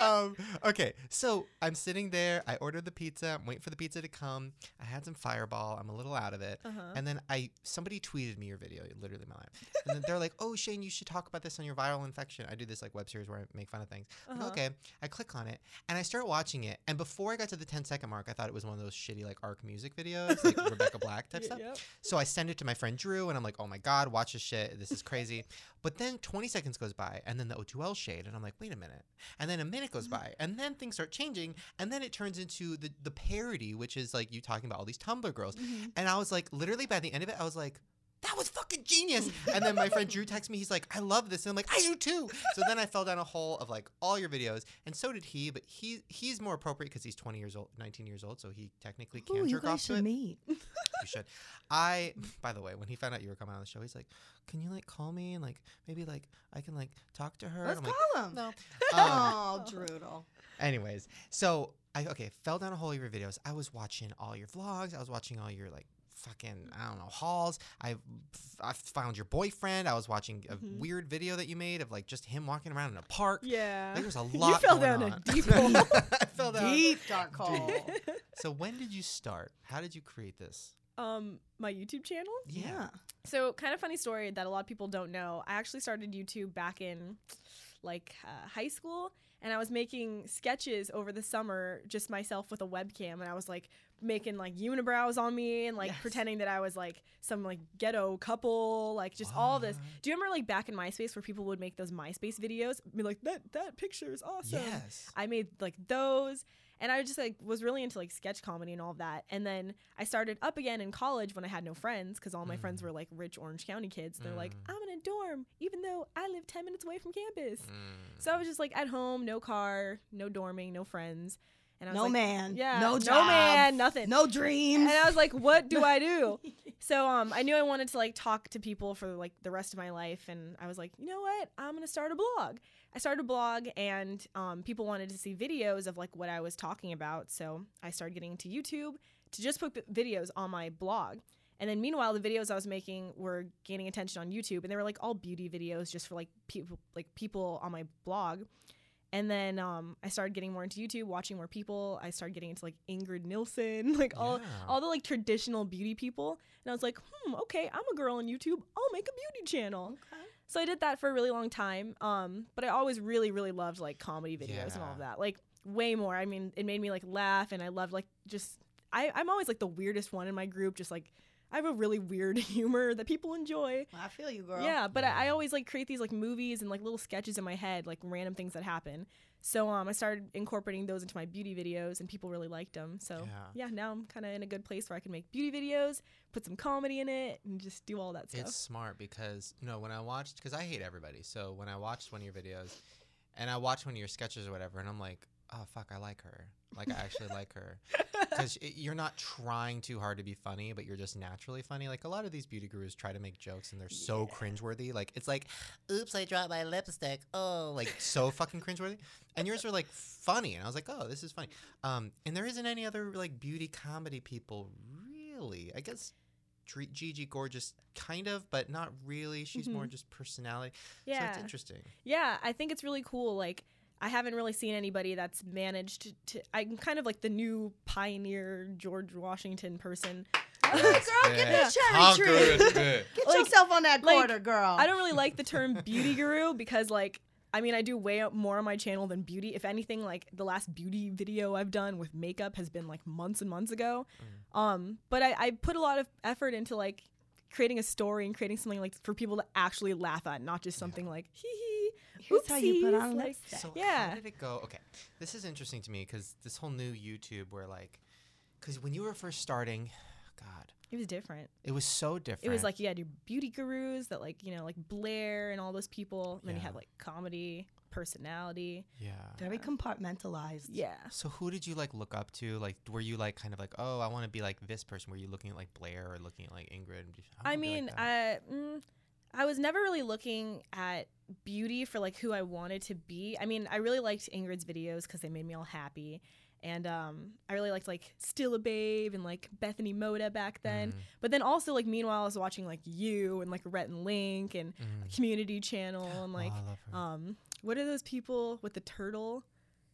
A: um, okay, so I'm sitting there. I ordered the pizza. I'm waiting for the pizza to come. I had some Fireball. I'm a little out of it.
E: Uh-huh.
A: And then I somebody tweeted me your video, literally my life. And then they're like, "Oh, Shane, you should talk about this on your viral infection." I do this like web series where I make fun of things. I'm like,
E: Uh-huh.
A: okay, I click on it and I start watching it. And before I got to the 10 second mark, I thought it was one of those shitty like arc music videos, like Rebecca Black type stuff.
E: Yep.
A: So I send it to my friend Drew, and I'm like, oh my God, watch this shit. This is crazy. but then 20 seconds goes by, and then the O2L shade, and I'm like, wait a minute. And then a minute goes by, and then things start changing, and then it turns into the, the parody, which is like you talking about all these Tumblr girls.
E: Mm-hmm.
A: And I was like, literally by the end of it, I was like, that was fucking genius. And then my friend Drew texts me, he's like, I love this. And I'm like, I do too. So then I fell down a hole of like all your videos. And so did he, but he he's more appropriate because he's 20 years old, 19 years old. So he technically can
C: Ooh, Oh, you
A: jerk
C: guys
A: off to
C: should
A: it.
C: meet.
A: You should. I, by the way, when he found out you were coming on the show, he's like, "Can you like call me and like maybe like I can like talk to her?" And
C: Let's
A: I'm
C: call
A: like,
C: him.
A: "No." Um,
C: Oh, Droodle.
A: anyways, so I okay fell down a hole of your videos. I was watching all your vlogs. I was watching all your like fucking I don't know hauls. I I found your boyfriend. I was watching a
E: Mhm.
A: weird video that you made of like just him walking around in a park.
E: Yeah.
A: Like, there's a lot.
E: fell
A: going
E: down a
A: on.
E: deep hole.
A: I fell down.
C: Deep dark hole.
A: So when did you start? How did you create this?
E: um, my YouTube channel.
C: yeah.
E: So, kind of funny story that a lot of people don't know. I actually started YouTube back in like uh, high school, and I was making sketches over the summer, just myself with a webcam, and I was like making like unibrows on me and like
C: Yes.
E: pretending that I was like some like ghetto couple, like just all this.
A: What?
E: Do you remember like back in MySpace where people would make those MySpace videos? Be like that that picture is awesome.
A: Yes.
E: I made like those and I just like was really into like sketch comedy and all of that. And then I started up again in college when I had no friends because all my friends
A: Mm.
E: were like rich Orange County kids. They're like,
A: Mm.
E: I'm in a dorm, even though I live 10 minutes away from campus.
A: Mm.
E: So I was just like at home, no car, no dorming, no friends. And I was
C: No
E: like,
C: man.
E: Yeah.
C: No
E: no
C: job.
E: man, nothing.
C: No dreams.
E: And I was like, what do I do? so um, I knew I wanted to like talk to people for like the rest of my life, and I was like, you know what? I'm gonna start a blog. I started a blog, and um, people wanted to see videos of like what I was talking about, so I started getting to YouTube to just put vi- videos on my blog. And then meanwhile, the videos I was making were gaining attention on YouTube, and they were like all beauty videos just for like people like people on my blog. And then um, I started getting more into YouTube, watching more people. I started getting into like Ingrid Nilsson, like all
A: Yeah.
E: all the like traditional beauty people. And I was like, hmm, okay, I'm a girl on YouTube. I'll make a beauty channel. So I did that for a really long time. Um, but I always really, really loved like comedy videos and all of
A: Yeah.
E: that. Like way more. I mean, it made me like laugh and I loved like just I, I'm always like the weirdest one in my group, just like I have a really weird humor that people enjoy.
C: Well, I feel you, girl.
E: Yeah, but I, I
A: Yeah.
E: always like create these like movies and like little sketches in my head, like random things that happen. So um, I started incorporating those into my beauty videos, and people really liked them. So yeah,
A: Yeah.
E: now I'm kind of in a good place where I can make beauty videos, put some comedy in it, and just do all that stuff.
A: It's smart because no, when I watched because I hate everybody. So when I watched one of your videos, and I watched one of your sketches or whatever, and I'm like, oh fuck, I like her. Like I actually like her because you're not trying too hard to be funny, but you're just naturally funny. Like a lot of these beauty gurus try to make jokes and they're so cringeworthy. Like it's like, oops, I dropped my lipstick. Oh, like so fucking cringeworthy. And yours were like funny, and I was like, oh, this is funny. Um, and there isn't any other like beauty comedy people really. I guess Dre- Gigi Gorgeous, kind of, but not really. She's more just personality. So it's
E: yeah,
A: interesting.
E: yeah, I think it's really cool. Like I haven't really seen anybody that's managed to. I'm kind of like the new pioneer George Washington person
C: All right, girl, get
E: Yeah.
C: Oh, the cherry
F: Conquer
C: tree.
F: is good.
C: Get
E: Like-
C: yourself on that
E: like,
C: quarter, girl.
E: I don't really like the term beauty guru because like I mean I do way up more on my channel than beauty. If anything, like the last beauty video I've done with makeup has been like months and months ago. Um, but I, I put a lot of effort into like creating a story and creating something like for people to actually laugh at, not just something like hee hee.
C: Here's how you put
E: oopsies,"
C: on
E: like,
C: lipstick.
A: So
E: Yeah.
A: how did it go? Okay, this is interesting to me because this whole new YouTube, where like, because when you were first starting, God,
E: It was different.
A: it was so different.
E: It was like you had your beauty gurus that like, you know, like Blair and all those people. And then you
A: Yeah.
E: had like comedy, personality.
A: yeah.
C: Very compartmentalized.
E: Yeah.
A: So who did you like look up to? Like, were you like kind of like, oh, I want to be like this person? Were you looking at like Blair or looking at like Ingrid? and just,
E: I
A: wanna be like
E: mean,
A: that."
E: I mm, I was never really looking at beauty for like who I wanted to be. I mean, I really liked Ingrid's videos because they made me all happy, and um, I really liked like Still a Babe and like Bethany Moda back then.
A: Mm,
E: But then also like meanwhile, I was watching like you and like Rhett and Link and
A: mm.
E: Community Channel and
A: Oh,
E: like
A: I love her.
E: um, what are those people with the turtle?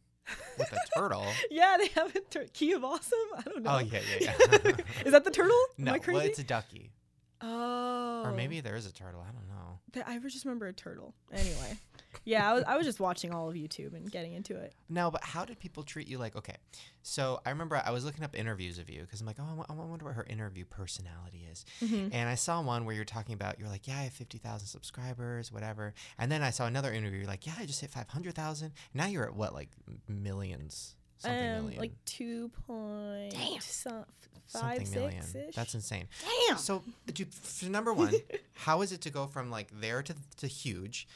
A: with the turtle.
E: Yeah, they have a tur- Key of Awesome. I don't know.
A: Oh yeah, yeah, yeah.
E: Is that the turtle?
A: no,
E: Am I crazy?
A: well, it's a ducky,
E: oh.
A: or maybe there is a turtle. I don't know.
E: That I just remember a turtle. Anyway, yeah, I was, I was just watching all of YouTube and getting into it.
A: No, but how did people treat you? Like, okay, so I remember I was looking up interviews of you because I'm like, oh, I wa- I wonder what her interview personality is.
E: Mm-hmm.
A: And I saw one where you're talking about, you're like, yeah, I have 50,000 subscribers, whatever. And then I saw another interview, you're like, yeah, I just hit 500,000. Now you're at what, like m- millions? Something million.
E: Um, like two point
A: something
E: five
A: million.
E: six ish.
A: That's insane.
C: Damn.
A: So, do, f- number one, how is it to go from like there to, to huge?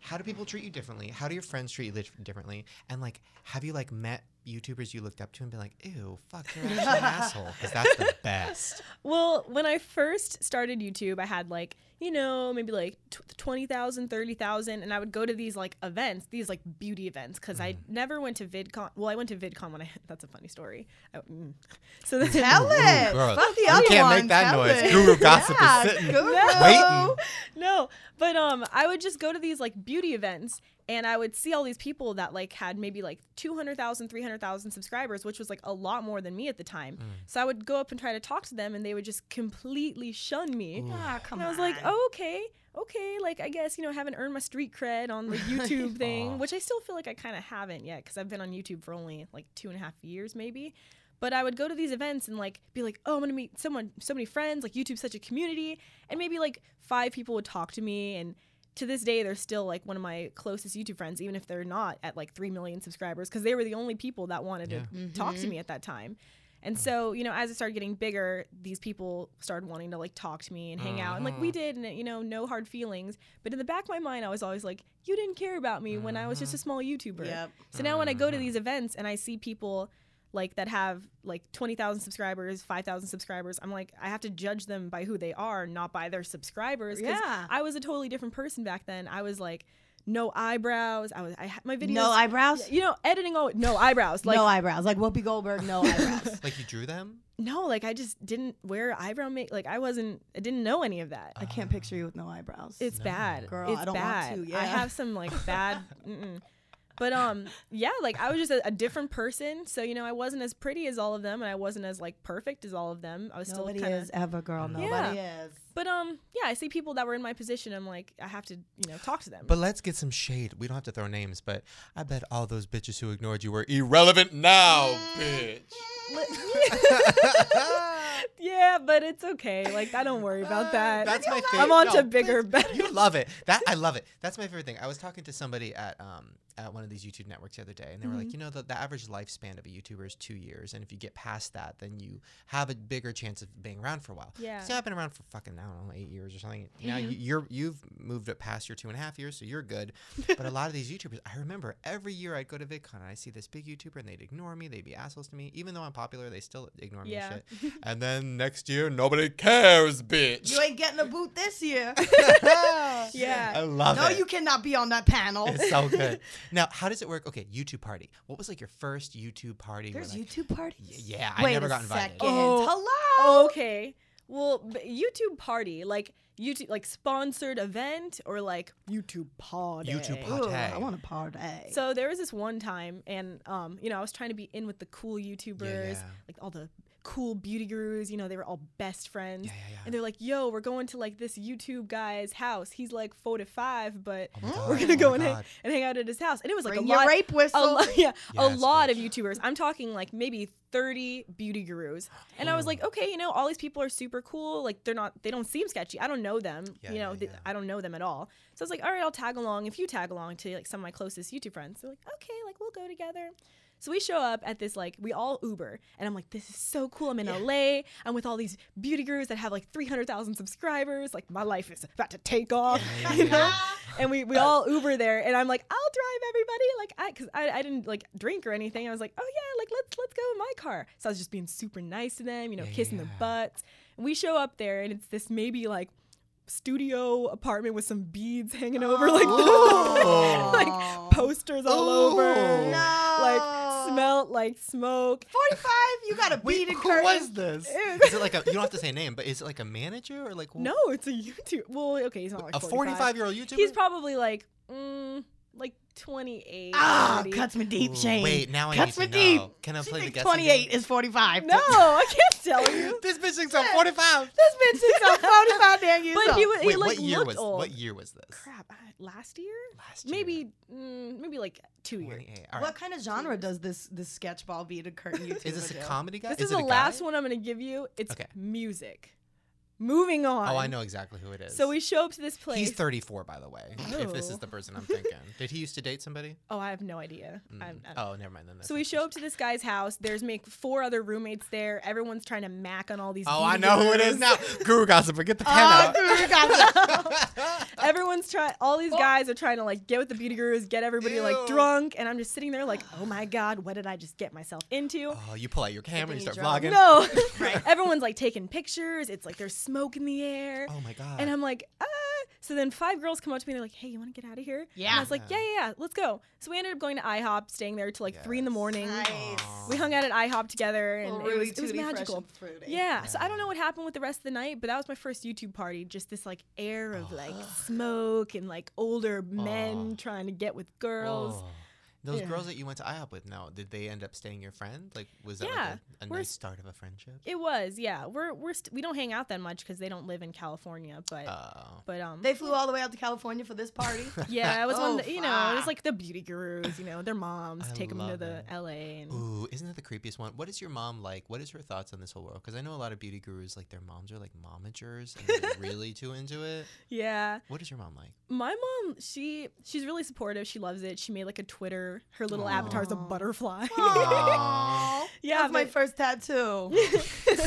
A: How do people treat you differently? How do your friends treat you dif- differently? And like, have you like met YouTubers you looked up to and been like, ew, fuck, you're actually an asshole? Because that's the best.
E: Well, when I first started YouTube, I had like, you know, maybe like tw 20,000, 30,000. And I would go to these like events, these like beauty events, because
A: Mm.
E: I never went to VidCon. Well, I went to VidCon when I, that's a funny story. I, mm. So then,
C: Tell it.
A: girl,
C: Fuck the
A: you
C: other
A: can't make
C: one.
A: that
C: Tell
A: noise.
C: it.
A: Guru gossip is
C: yeah,
A: sitting
C: guru.
A: waiting.
E: Oh. no but um i would just go to these like beauty events and i would see all these people that like had maybe like 200000 300000 subscribers which was like a lot more than me at the time so i would go up and try to talk to them and they would just completely shun me
C: Ah, come
E: and i was
C: on.
E: like oh, okay okay like i guess you know I haven't earned my street cred on the
C: Oh.
E: youtube thing
A: Aw.
E: which i still feel like i kind of haven't yet because i've been on youtube for only like two and a half years maybe but I would go to these events and like be like, oh, I'm gonna meet someone, so many friends. Like YouTube's such a community, and maybe like five people would talk to me. And to this day, they're still like one of my closest YouTube friends, even if they're not at like three million subscribers, because they were the only people that wanted to talk
C: Mm-hmm.
E: to me at that time. And so, you know, as I started getting bigger, these people started wanting to like talk to me and hang out. And like
C: Uh-huh.
E: we did, and you know, no hard feelings. But in the back of my mind, I was always like, you didn't care about me when I was just a small YouTuber.
C: Uh-huh. Yep. Uh-huh.
E: So now when I go to these events and I see people like that have like 20,000 subscribers, 5,000 subscribers, I'm like I have to judge them by who they are, not by their subscribers 'cause
C: Yeah.
E: I was a totally different person back then. I was like no eyebrows. I was I had my videos
C: No eyebrows?
E: You know, editing all no eyebrows. Like
C: no eyebrows. Like Whoopi Goldberg, no eyebrows.
A: Like, you drew them?
E: no, like I just didn't wear eyebrow make like I wasn't I didn't know any of that.
C: I can't picture you with no eyebrows.
E: It's bad.
C: Girl,
E: it's
C: I don't want
E: bad.
C: to, yeah.
E: I have some like bad. mm-mm. But um, yeah, like I was just a, a different person. So you know, I wasn't as pretty as all of them, and I wasn't as like perfect as all of them. I was
C: Nobody
E: still kind
C: is
E: of.
C: ever, girl. Nobody is.
E: But um, yeah, I see people that were in my position. I'm like, I have to, you know, talk to them.
A: But let's get some shade. We don't have to throw names, but I bet all those bitches who ignored you were irrelevant now, bitch.
E: yeah, but it's okay. Like I don't worry about that.
A: That's my favorite.
E: I'm on
A: No,
E: to bigger, better.
A: You love it. That I love it. That's my favorite thing. I was talking to somebody at um at one of these YouTube networks the other day, and they were like,
E: Mm-hmm.
A: you know, the, the average lifespan of a YouTuber is two years, and if you get past that, then you have a bigger chance of being around for a while.
E: Yeah. Mm-hmm.
A: So I've been around for fucking I don't know eight years or something. Now you, you're you've moved it past your two and a half years, so you're good. but a lot of these YouTubers, I remember every year I'd go to VidCon and I see this big YouTuber, and they'd ignore me. They'd be assholes to me, even though I'm popular. They still ignore me.
E: Yeah.
A: And, shit. and then next year, nobody cares, bitch.
C: You ain't getting a boot this year.
E: Yeah.
A: I love
C: no,
A: it.
C: you cannot be on that panel.
A: It's so good. now, how does it work? Okay, YouTube party. What was like your first YouTube party? where,
C: There's
A: like,
C: YouTube parties.
A: y- Yeah, I
C: Wait
A: never
C: a
A: got invited.
C: second.
E: Oh.
C: Hello.
E: Okay. Well, but YouTube party, like YouTube, like sponsored event or like YouTube party.
A: YouTube
C: Ooh,
A: party.
C: I want a party.
E: So there was this one time, and um, you know, I was trying to be in with the cool YouTubers,
A: yeah.
E: like all the cool beauty gurus. You know, they were all best friends.
A: Yeah, yeah, yeah.
E: And they're like, yo, we're going to like this YouTube guy's house. He's like four to five, but
A: Oh my God,
E: we're gonna go
A: oh my
E: and hang,
A: God.
E: and hang out at his house. And it was like
C: Bring
E: a lot
C: your rape
E: a
C: whistle.
E: lot, yeah, a
A: Yes,
E: lot of
A: bitch.
E: YouTubers. I'm talking like maybe 30 beauty gurus, and I was like, okay, you know, all these people are super cool. Like they're not, they don't seem sketchy. I don't know them.
A: Yeah,
E: you know,
A: yeah,
E: th-
A: yeah.
E: I don't know them at all. So I was like, all right, I'll tag along. If you tag along to like some of my closest YouTube friends, they're like, okay, like we'll go together. So we show up at this like we all Uber, and I'm like, this is so cool. I'm in LA. I'm with all these beauty gurus that have like 300,000 subscribers. Like my life is about to take off.
A: Yeah, yeah,
E: you know? and we, we all Uber there, and I'm like, I'll drive everybody, like, I, cause I, I didn't like drink or anything. I was like, oh yeah, like let's let's go in my car. So I was just being super nice to them, you know,
A: Yeah, yeah,
E: kissing
A: yeah.
E: their butts. And we show up there, and it's this maybe like studio apartment with some beads hanging over, like
A: Oh.
E: like posters all
A: Oh.
E: over,
C: No.
E: like smelt like smoke.
C: 45, you got a
A: Wait,
C: beaded
A: who
C: curtain.
A: was this? Is it like a? You don't have to say name, but is it like a manager or like wh-
E: No, it's a YouTube. Well, okay, he's not like
A: a
E: 45
A: forty-five year old YouTuber?
E: He's probably like, mm, like 28.
C: Ah,
E: 30.
C: cuts me deep,
A: Ooh,
C: Shane.
A: Wait, now I need
C: cuts
A: to
C: me deep.
A: know. Can I
C: She
A: play the
C: thinks
A: guessing
C: 28
A: game?
C: is 45.
E: No, I can't tell you.
A: This bitch thinks I'm forty-five.
C: This bitch is so 45 damn years
E: But
C: old.
E: he, wa- he
A: Wait,
E: like
A: what year
E: looked
A: was
E: old.
A: what year was this?
E: Crap, I- last year?
A: Last year.
E: Maybe, mm, maybe like two years.
A: Twenty-eight. All right.
C: What kind of genre does this this sketchball beaded curtain YouTube
A: Is this a
C: do?
A: comedy guy?
E: This is,
A: it
E: the
A: a guy?
E: last one I'm gonna give you. It's
A: Okay.
E: music. Moving on.
A: Oh, I know exactly who it is.
E: So we show up to this place.
A: He's 34, by the way. If this is
E: Oh.
A: the person I'm thinking, did he used to date somebody?
E: oh, I have no idea.
A: Mm.
E: I'm, I don't
A: oh, never mind. Then that's
E: So we
A: not
E: show up to this guy's house. There's make four other roommates there. Everyone's trying to mac on all these.
A: Oh, I
E: beauty
A: know who it
E: gurus.
A: is now. Guru gossiper, get the pen
C: Oh,
A: out.
C: dude, we got
E: Everyone's trying. All these guys are trying to like get with the beauty gurus, get everybody
A: Ew.
E: like drunk, and I'm just sitting there like, oh my god, what did I just get myself into?
A: Oh, you pull out your camera and you
C: Sydney
A: start
C: Jones.
A: vlogging.
E: No, everyone's like taking pictures. It's like there's smoke in the air,
A: Oh my god.
E: and I'm like, ah. So then five girls come up to me. They're like, hey, you want to get out of here? And
C: Yeah.
E: I was like,
A: Uh-huh.
E: yeah, yeah, yeah, let's go. So we ended up going to IHOP, staying there till like three in the
A: Yes.
E: morning.
C: nice.
A: Aw.
E: We hung out at IHOP together, and
C: Little
E: it was
C: Rudy
E: it was
C: Tooty, fresh
E: magical.
C: and fruity.
E: Yeah. So I don't know what happened with the rest of the night, but that was my first YouTube party. Just this like air of like smoke and like older men
A: Oh.
E: trying to get with girls.
A: Oh. Those
E: Yeah.
A: girls that you went to IHOP with, now did they end up staying your friend? Like, was that
E: Yeah,
A: like a, a
E: we're
A: nice
E: s-
A: start of a friendship?
E: It was, yeah. We're we're st- we don't hang out that much because they don't live in California, but
A: Oh.
E: but um.
C: Uh. They flew all the way out to California for this party.
E: yeah, it was one.
C: Oh,
E: of the- You know, it
C: fuck.
E: was like the beauty gurus. You know, their moms
A: I
E: take them to
A: love
E: the
A: it.
E: L.A. and
A: Ooh, isn't that the creepiest one? What is your mom like? What is her thoughts on this whole world? Because I know a lot of beauty gurus, like their moms are like momagers and they're really too into it.
E: yeah.
A: What is your mom like?
E: My mom, she she's really supportive. She loves it. She made like a Twitter. Her little avatar is a
C: Aw.
E: butterfly.
C: Aw.
E: Yeah,
C: That's my
E: but-
C: first tattoo.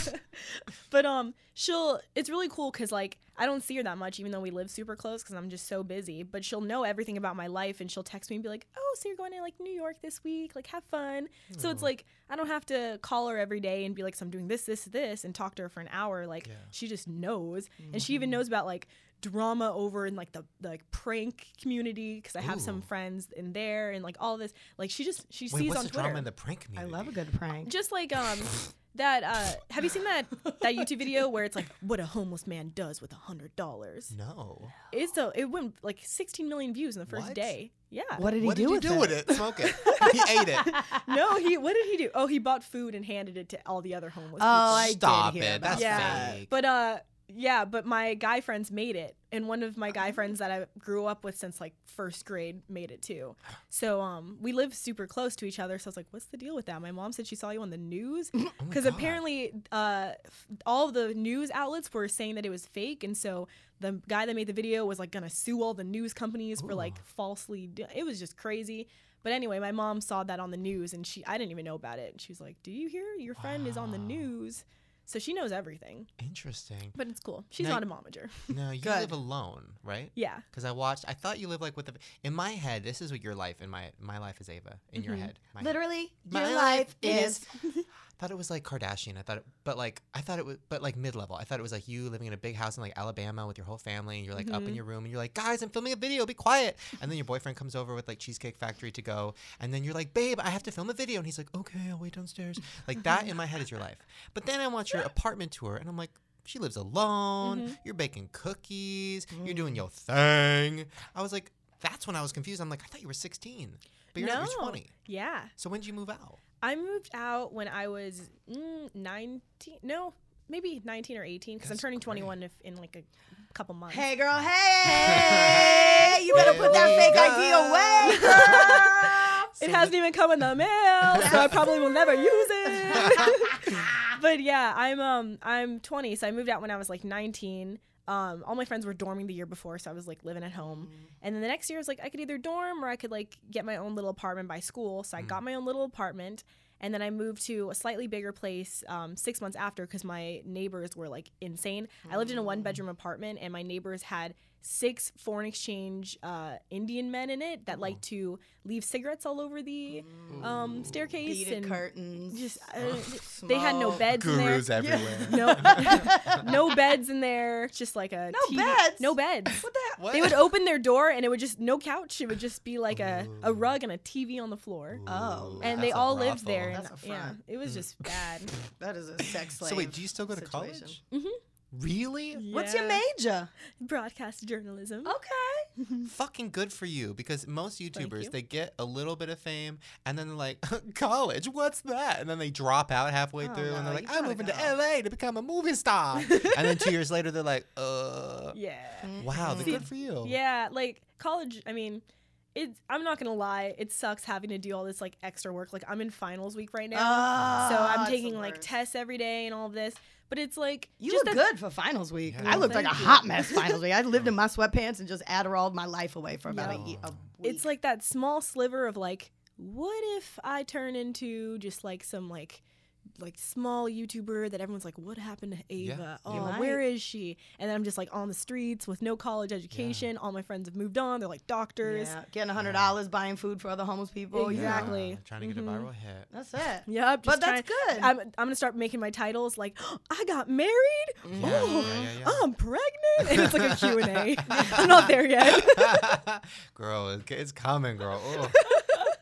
E: but um she'll it's really cool because like i don't see her that much even though we live super close because i'm just so busy but she'll know everything about my life and she'll text me and be like oh so you're going to like new york this week like have fun so it's like i don't have to call her every day and be like so i'm doing this this this and talk to her for an hour like
A: Yeah. Mm-hmm.
E: she just knows and she even knows about like drama over in like the, the, like prank community because i have
A: Ooh.
E: some friends in there and like all this like she just she
A: Wait,
E: sees
A: what's
E: on
A: the
E: twitter
A: drama in the prank
C: I
A: community?
C: love a good prank.
E: just like um that uh have you seen that that youtube video where it's like what a homeless man does with a hundred dollars
A: No.
E: it's so it went like 16 million views in the first
A: What?
E: day yeah
C: What did he
A: what
C: do
A: did
C: with
A: you do
C: it?
A: with it? Smoke it. he ate it.
E: no he what did he do oh he bought food and handed it to all the other homeless
C: Oh, I did
A: Stop
C: hear
A: it.
C: about
A: That's
E: people. yeah
A: fake.
E: but uh yeah but my guy friends made it and one of my guy friends that i grew up with since like first grade made it too so um we live super close to each other so i was like what's the deal with that my mom said she saw you on the news
A: Oh my
E: because
A: God.
E: apparently uh, f- all the news outlets were saying that it was fake and so the guy that made the video was like gonna sue all the news companies for like falsely d- it was just crazy but anyway my mom saw that on the news and she i didn't even know about it and she was like do you hear your friend is on the
A: Wow.
E: news so she knows everything
A: Interesting.
E: but it's cool she's
A: Now-
E: not a momager
A: No, you
C: Good.
A: live alone, right?
E: yeah
A: Because I watched. I thought you lived like with the. In my head, this is what your life. In my my life is Ava. In your head, my head.
C: Mm-hmm. Literally,
A: My
C: your
A: life
C: life is.
A: thought it was like Kardashian. I thought, it, but like I thought it was, but like mid level. I thought it was like you living in a big house in like Alabama with your whole family, and you're like
E: Mm-hmm.
A: up in your room, and you're like, guys, I'm filming a video, be quiet. And then your boyfriend comes over with like Cheesecake Factory to go, and then you're like, babe, I have to film a video, and he's like, okay, I'll wait downstairs. Like that in my head is your life. But then I watch your apartment tour, and I'm like. She lives alone.
E: Mm-hmm.
A: You're baking cookies. You're doing your thing. I was like, that's when I was confused. I'm like, I thought you were 16, but you're, not- you're
E: No.
A: 20.
E: yeah
A: So when did you move out?
E: I moved out when I was mm, 19. No, maybe 19 or 18 because I'm
A: That's
E: turning
A: great.
E: 21 if, in like a couple months.
C: Hey, girl. Hey. You better put that fake ID away.
E: It hasn't even come in the mail, so I probably will never use it. but yeah, I'm um I'm 20, so I moved out when I was like 19. Um, all my friends were dorming the year before, so I was like living at home. And then the next year, I was like, I could either dorm or I could like get my own little apartment by school. So I got my own little apartment, and then I moved to a slightly bigger place um, six months after because my neighbors were like insane. I lived in a one bedroom apartment, and my neighbors had six foreign exchange uh, Indian men in it that like to leave cigarettes all over the um, staircase
C: Beaded
E: and
C: curtains.
E: just uh, they had no
C: smoke.
E: beds in
A: Gurus
E: there.
A: everywhere.
E: No, no beds in there. Just like a
C: No
E: TV
C: beds?
E: No beds.
C: What the hell?
A: What?
E: They would open their door and it would just no couch. It would just be like a, a rug and a TV on the floor.
C: Oh,
E: and
A: that's
E: they
A: a
E: all lived
A: brothel.
E: there.
C: That's
E: and,
C: a
E: yeah,
C: front.
E: it was just bad.
C: That is a sex slave.
A: So wait, do you still go to
C: situation.
A: college? Really?
C: What's your major?
E: Broadcast journalism.
C: Okay.
A: Fucking good for you because most YouTubers
E: you.
A: they get a little bit of fame and then they're like, college, what's that? And then they drop out halfway
C: Oh,
A: through and
C: no,
A: they're
C: you
A: like, I'm
C: gotta
A: moving
C: go.
A: to LA to become a movie star. and then two years later they're like, uh, oh.
E: Yeah.
A: wow, the
C: See,
A: good for you.
E: Yeah, like college. I mean, it's. I'm not gonna lie. It sucks having to do all this like extra work. Like I'm in finals week right now, so
C: Ah,
A: Ah,
E: I'm taking like tests every day and all of this. But it's like
C: You
E: just
C: look
E: that-
C: good for finals week.
A: Yeah.
C: I looked like a
E: Thank you.
C: hot mess finals week. I lived in my sweatpants and just Adderall my life away for about
A: Yeah.
C: a, ye- a week.
E: It's like that small sliver of like, what if I turn into just like some like. Like small YouTuber that everyone's like, what happened to
A: Yeah,
E: Ava?
A: yeah.
E: Oh,
C: Right.
E: where is she? And then I'm just like on the streets with no college education. All my friends have moved on. They're like doctors.
C: yeah. getting hundred dollars buying food for other homeless people.
A: Yeah,
C: Yeah.
E: Exactly.
A: trying to get
E: Mhm.
A: a viral hit.
C: That's it.
E: Yep.
C: But
E: just
C: that's
E: trying-
C: good.
E: I'm, I'm gonna start making my titles like I got married.
A: Yeah,
E: Oh,
A: yeah, yeah, yeah.
E: I'm pregnant, and it's like a Q and A. I'm not there yet.
A: girl, it's- it's coming, girl. Ugh.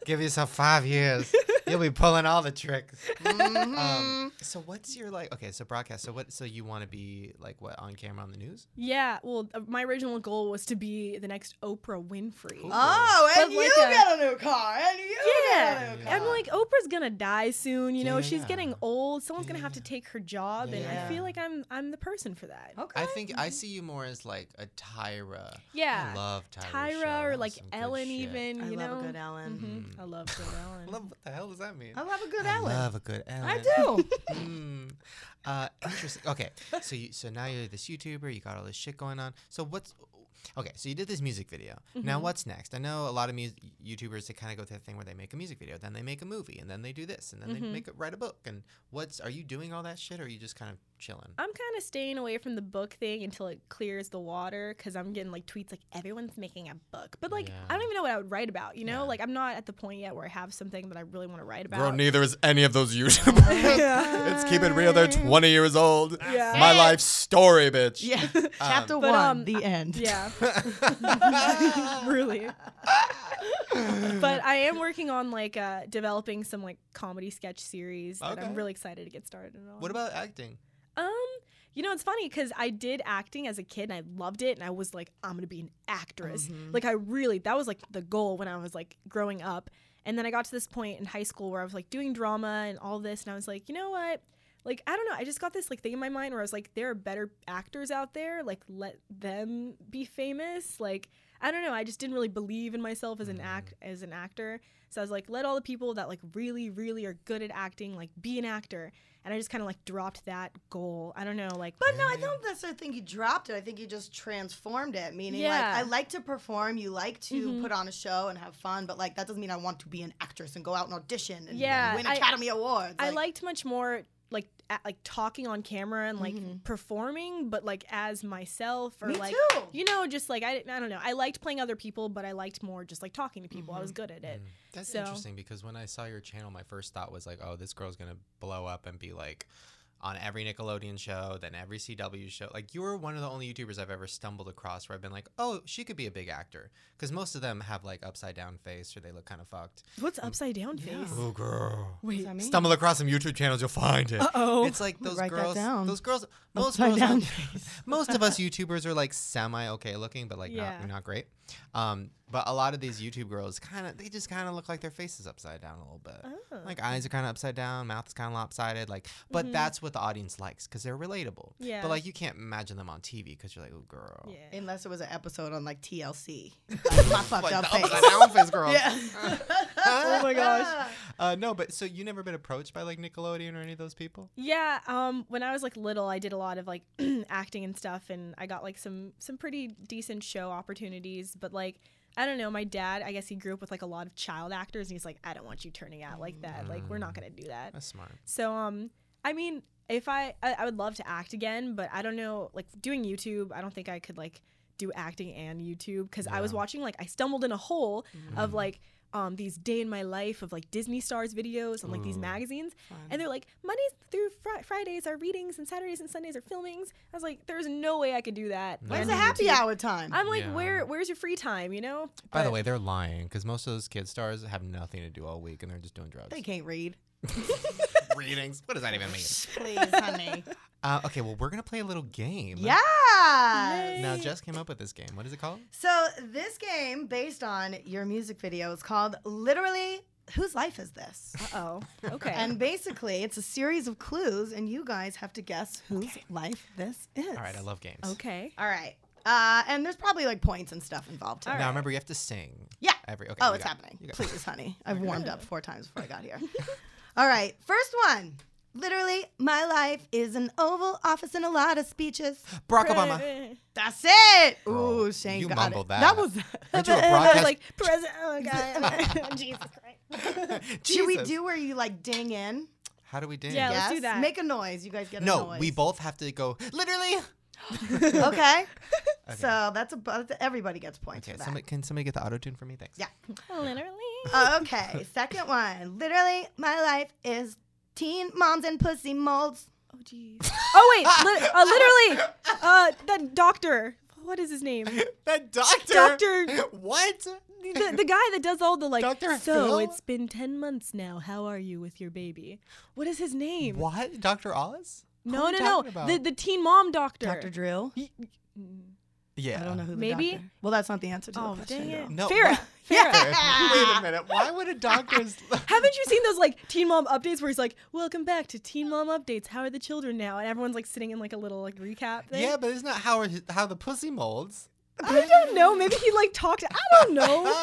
A: Give yourself five years. You'll be pulling all the tricks.
C: Mm-hmm.
A: Um,
E: Mm.
A: so what's your like? Okay, so broadcast. So what? So you want to be like what on camera on the news?
E: yeah. Well, uh, my original goal was to be the next Oprah Winfrey.
A: Ooh.
C: Oh,
E: But
C: and you
E: like a-
C: get a new car, and you
E: Yeah.
C: get a new car.
E: I'm like Oprah's gonna die soon. You know,
A: Yeah,
E: she's
A: yeah.
E: getting old. Someone's gonna have to
A: Yeah.
E: take her job, and
C: Yeah. Oh.
E: I feel like I'm I'm the person for that.
C: okay.
A: I think I see you more as like a Tyra.
E: Um, Yeah.
A: I love Tyra.
E: Tyra or like Ellen,
C: I
E: even.
C: love
E: you know. Mm-hmm.
C: a good Ellen.
E: Mhm. I love good Ellen.
A: Love, what the hell does that mean?
C: I love a good
A: I
C: Ellen.
A: love a good Ellen.
C: I do.
A: Mm. Uh, interesting. Okay, so you, so now you're this YouTuber. You got all this shit going on. So what's okay? So you did this music video.
E: Mm-hmm.
A: Now what's next? I know a lot of mu- YouTubers they kind of go through the thing where they make a music video, then they make a movie, and then they do this, and then they
E: Mhm.
A: make a, write a book. And what's are you doing all that shit, or are you just kind of chilling?
E: I'm kind of staying away from the book thing until it clears the water because I'm getting like tweets like everyone's making a book, but like
A: Yeah.
E: I don't even know what I would write about. You know,
A: Yeah.
E: like I'm not at the point yet where I have something that I really want to write about.
A: neither is any of those YouTubers.
E: yeah.
A: Let's keep it real. They're 20 years old.
E: Yeah.
C: My
A: life story, bitch.
C: yeah. Chapter
E: But,
C: one,
E: um,
C: the end.
E: Yeah,
A: Yeah.
E: really. but I am working on like uh, developing some like comedy sketch series that
A: Okay.
E: I'm really excited to get started on.
A: what about acting?
E: Um, you know, it's funny because I did acting as a kid and I loved it, and I was like, I'm gonna be an actress. Like, I really that was like the goal when I was like growing up. And then I got to this point in high school where I was like doing drama and all this, and I was like, you know what? Like, I don't know. I just got this like thing in my mind where I was like, there are better actors out there. Like, let them be famous. Like, I don't know. I just didn't really believe in myself as an act as an actor. So I was like, let all the people that like really, really are good at acting like be an actor. And I just kind of like dropped that goal. I don't know, like,
C: But no, I don't necessarily think you dropped it. I think you just transformed it. Meaning,
E: Yeah.
C: like, I like to perform. You like to
E: Mhm.
C: put on a show and have fun, but like that doesn't mean I want to be an actress and go out and audition and
E: Yeah,
C: win
E: I-
C: Academy Awards.
E: I liked much more like a like talking on camera and like performing, but like as myself or
C: Mm-hmm. Me
E: like
C: too.
E: you know, just like I didn't- I don't know. I liked playing other people, but I liked more just like talking to people. I
C: Mm-hmm.
E: was good at it.
A: That's
E: So-
A: interesting because when I saw your channel, my first thought was like, oh, this girl's going to blow up and be like on every Nickelodeon show, then every CW show. Like, you were one of the only YouTubers I've ever stumbled across where I've been like, oh, she could be a big actor. Because most of them have like upside down face or they look kind of fucked.
E: What's upside down face?
A: Oh, girl.
E: Wait,
C: I mean,
A: Stumble across some YouTube channels, you'll find it.
E: Uh-oh.
A: It's like those
C: write that
A: girls.
C: down.
A: Those girls. Most
C: Upside
A: girls
C: down
A: on- most of us YouTubers are like semi okay looking, but like
E: Yeah.
A: not not great. Um, But a lot of these YouTube girls kind of they just kind of look like their face is upside down a little bit.
E: Oh.
A: Like eyes are kind of upside down, mouth is kind of lopsided. Like, but
C: Mm-hmm.
E: Mhm.
A: that's what the audience likes because they're relatable.
E: Yeah.
A: But like, you can't imagine them on TV because you're like, oh girl.
E: yeah.
C: Unless it was an episode on like TLC. Like, my fucked
A: Like
C: up
A: the
C: face.
A: upside down face girl.
C: Yeah.
A: Oh
E: my gosh.
A: Uh, no, but so you never been approached by like Nickelodeon or any of those people?
E: Yeah, um, when I was like little, I did a lot of like acting and stuff, and I got like some some pretty decent show opportunities. But like, I don't know, my dad, I guess he grew up with like a lot of child actors, and he's like, I don't want you turning out like that. Like, we're not gonna do that.
A: Mm. That's smart.
E: So um, I mean, if I, I I would love to act again, but I don't know, like doing YouTube, I don't think I could like do acting and YouTube because I was
A: Yeah. Mm.
E: watching like I stumbled in a hole of like um these day in my life of like Disney stars videos and like these
A: Ooh.
E: magazines, and they're like Mondays through fri- Fridays are readings and Saturdays and Sundays are filmings. I was like, there's no way I could do that.
A: No.
C: Where's
E: and
C: the happy
E: YouTube-
C: hour time?
E: I'm like,
A: Yeah.
E: where where's your free time? You know.
A: By the
E: But-
A: way, they're lying because most of those kid stars have nothing to do all week and they're just doing drugs.
C: They can't read.
A: Readings. What does that even mean?
C: Please, honey.
A: Uh, okay, well, we're going to play a little game.
C: yeah.
A: Now, Jess came up with this game. What is it called?
C: So this game, based on your music video, is called literally "Whose Life Is This?"
E: Uh-oh. Okay.
C: And basically, it's a series of clues, and you guys have to guess whose life this is.
A: All right, I love games.
E: okay.
C: All right. Uh, and there's probably like points and stuff involved. too.
A: now, remember, you have to sing.
C: Yeah.
A: Every, okay,
C: Oh,
A: you
C: it's
A: got it.
C: happening.
A: You got it.
C: Please, honey. I've warmed up four times before I got here. All right. First one. Literally, my life is an Oval Office and a lot of speeches.
A: Barack Obama.
C: That's it.
A: Girl,
C: Ooh, Shane
A: you
C: got
A: mumbled
C: it.
A: that.
C: was.
A: Aren't you a
E: I was
A: broadcast?
E: like, President. Oh God. Jesus Christ.
C: Should we
A: Jesus.
C: do where you like ding in?
A: How do we dance?
E: Yeah, let's do that.
C: Make a noise. You guys get a
A: No,
C: noise.
A: we both have to go, literally.
C: okay.
A: Okay.
C: So that's about everybody gets points
A: Okay,
C: for that.
A: somebody, can somebody get the auto tune for me? Thanks.
C: Yeah.
E: Oh, Literally.
A: Uh,
C: Uh, okay, second one. Literally, my life is teen moms and pussy molds.
E: Oh jeez. Oh wait. Li- uh, literally. Uh, that doctor. What is his name?
A: That doctor.
E: Doctor-
A: What?
E: The, the guy that does all the like.
A: Dr.
E: So
A: Phil?"
E: it's been ten months now. How are you with your baby? What is his name?
A: What? Dr. Oz? Who
E: No,
A: are
E: no,
A: you
E: no.
A: talking about?
E: The the teen mom doctor.
C: Drill.
A: Yeah.
C: I don't know who the
E: Maybe?
C: doctor- Well, that's not the answer to the
E: Oh
C: question.
E: dang it.
A: No,
E: Farrah.
A: Yeah. Wait a minute. Why would a doctor's
E: Haven't you seen those like Teen Mom updates where he's like, "Welcome back to Teen Mom updates. How are the children now?" And everyone's like sitting in like a little like recap thing.
A: Yeah, but it's not how it- how the pussy molds.
E: I don't know. Maybe he like talked. I don't know.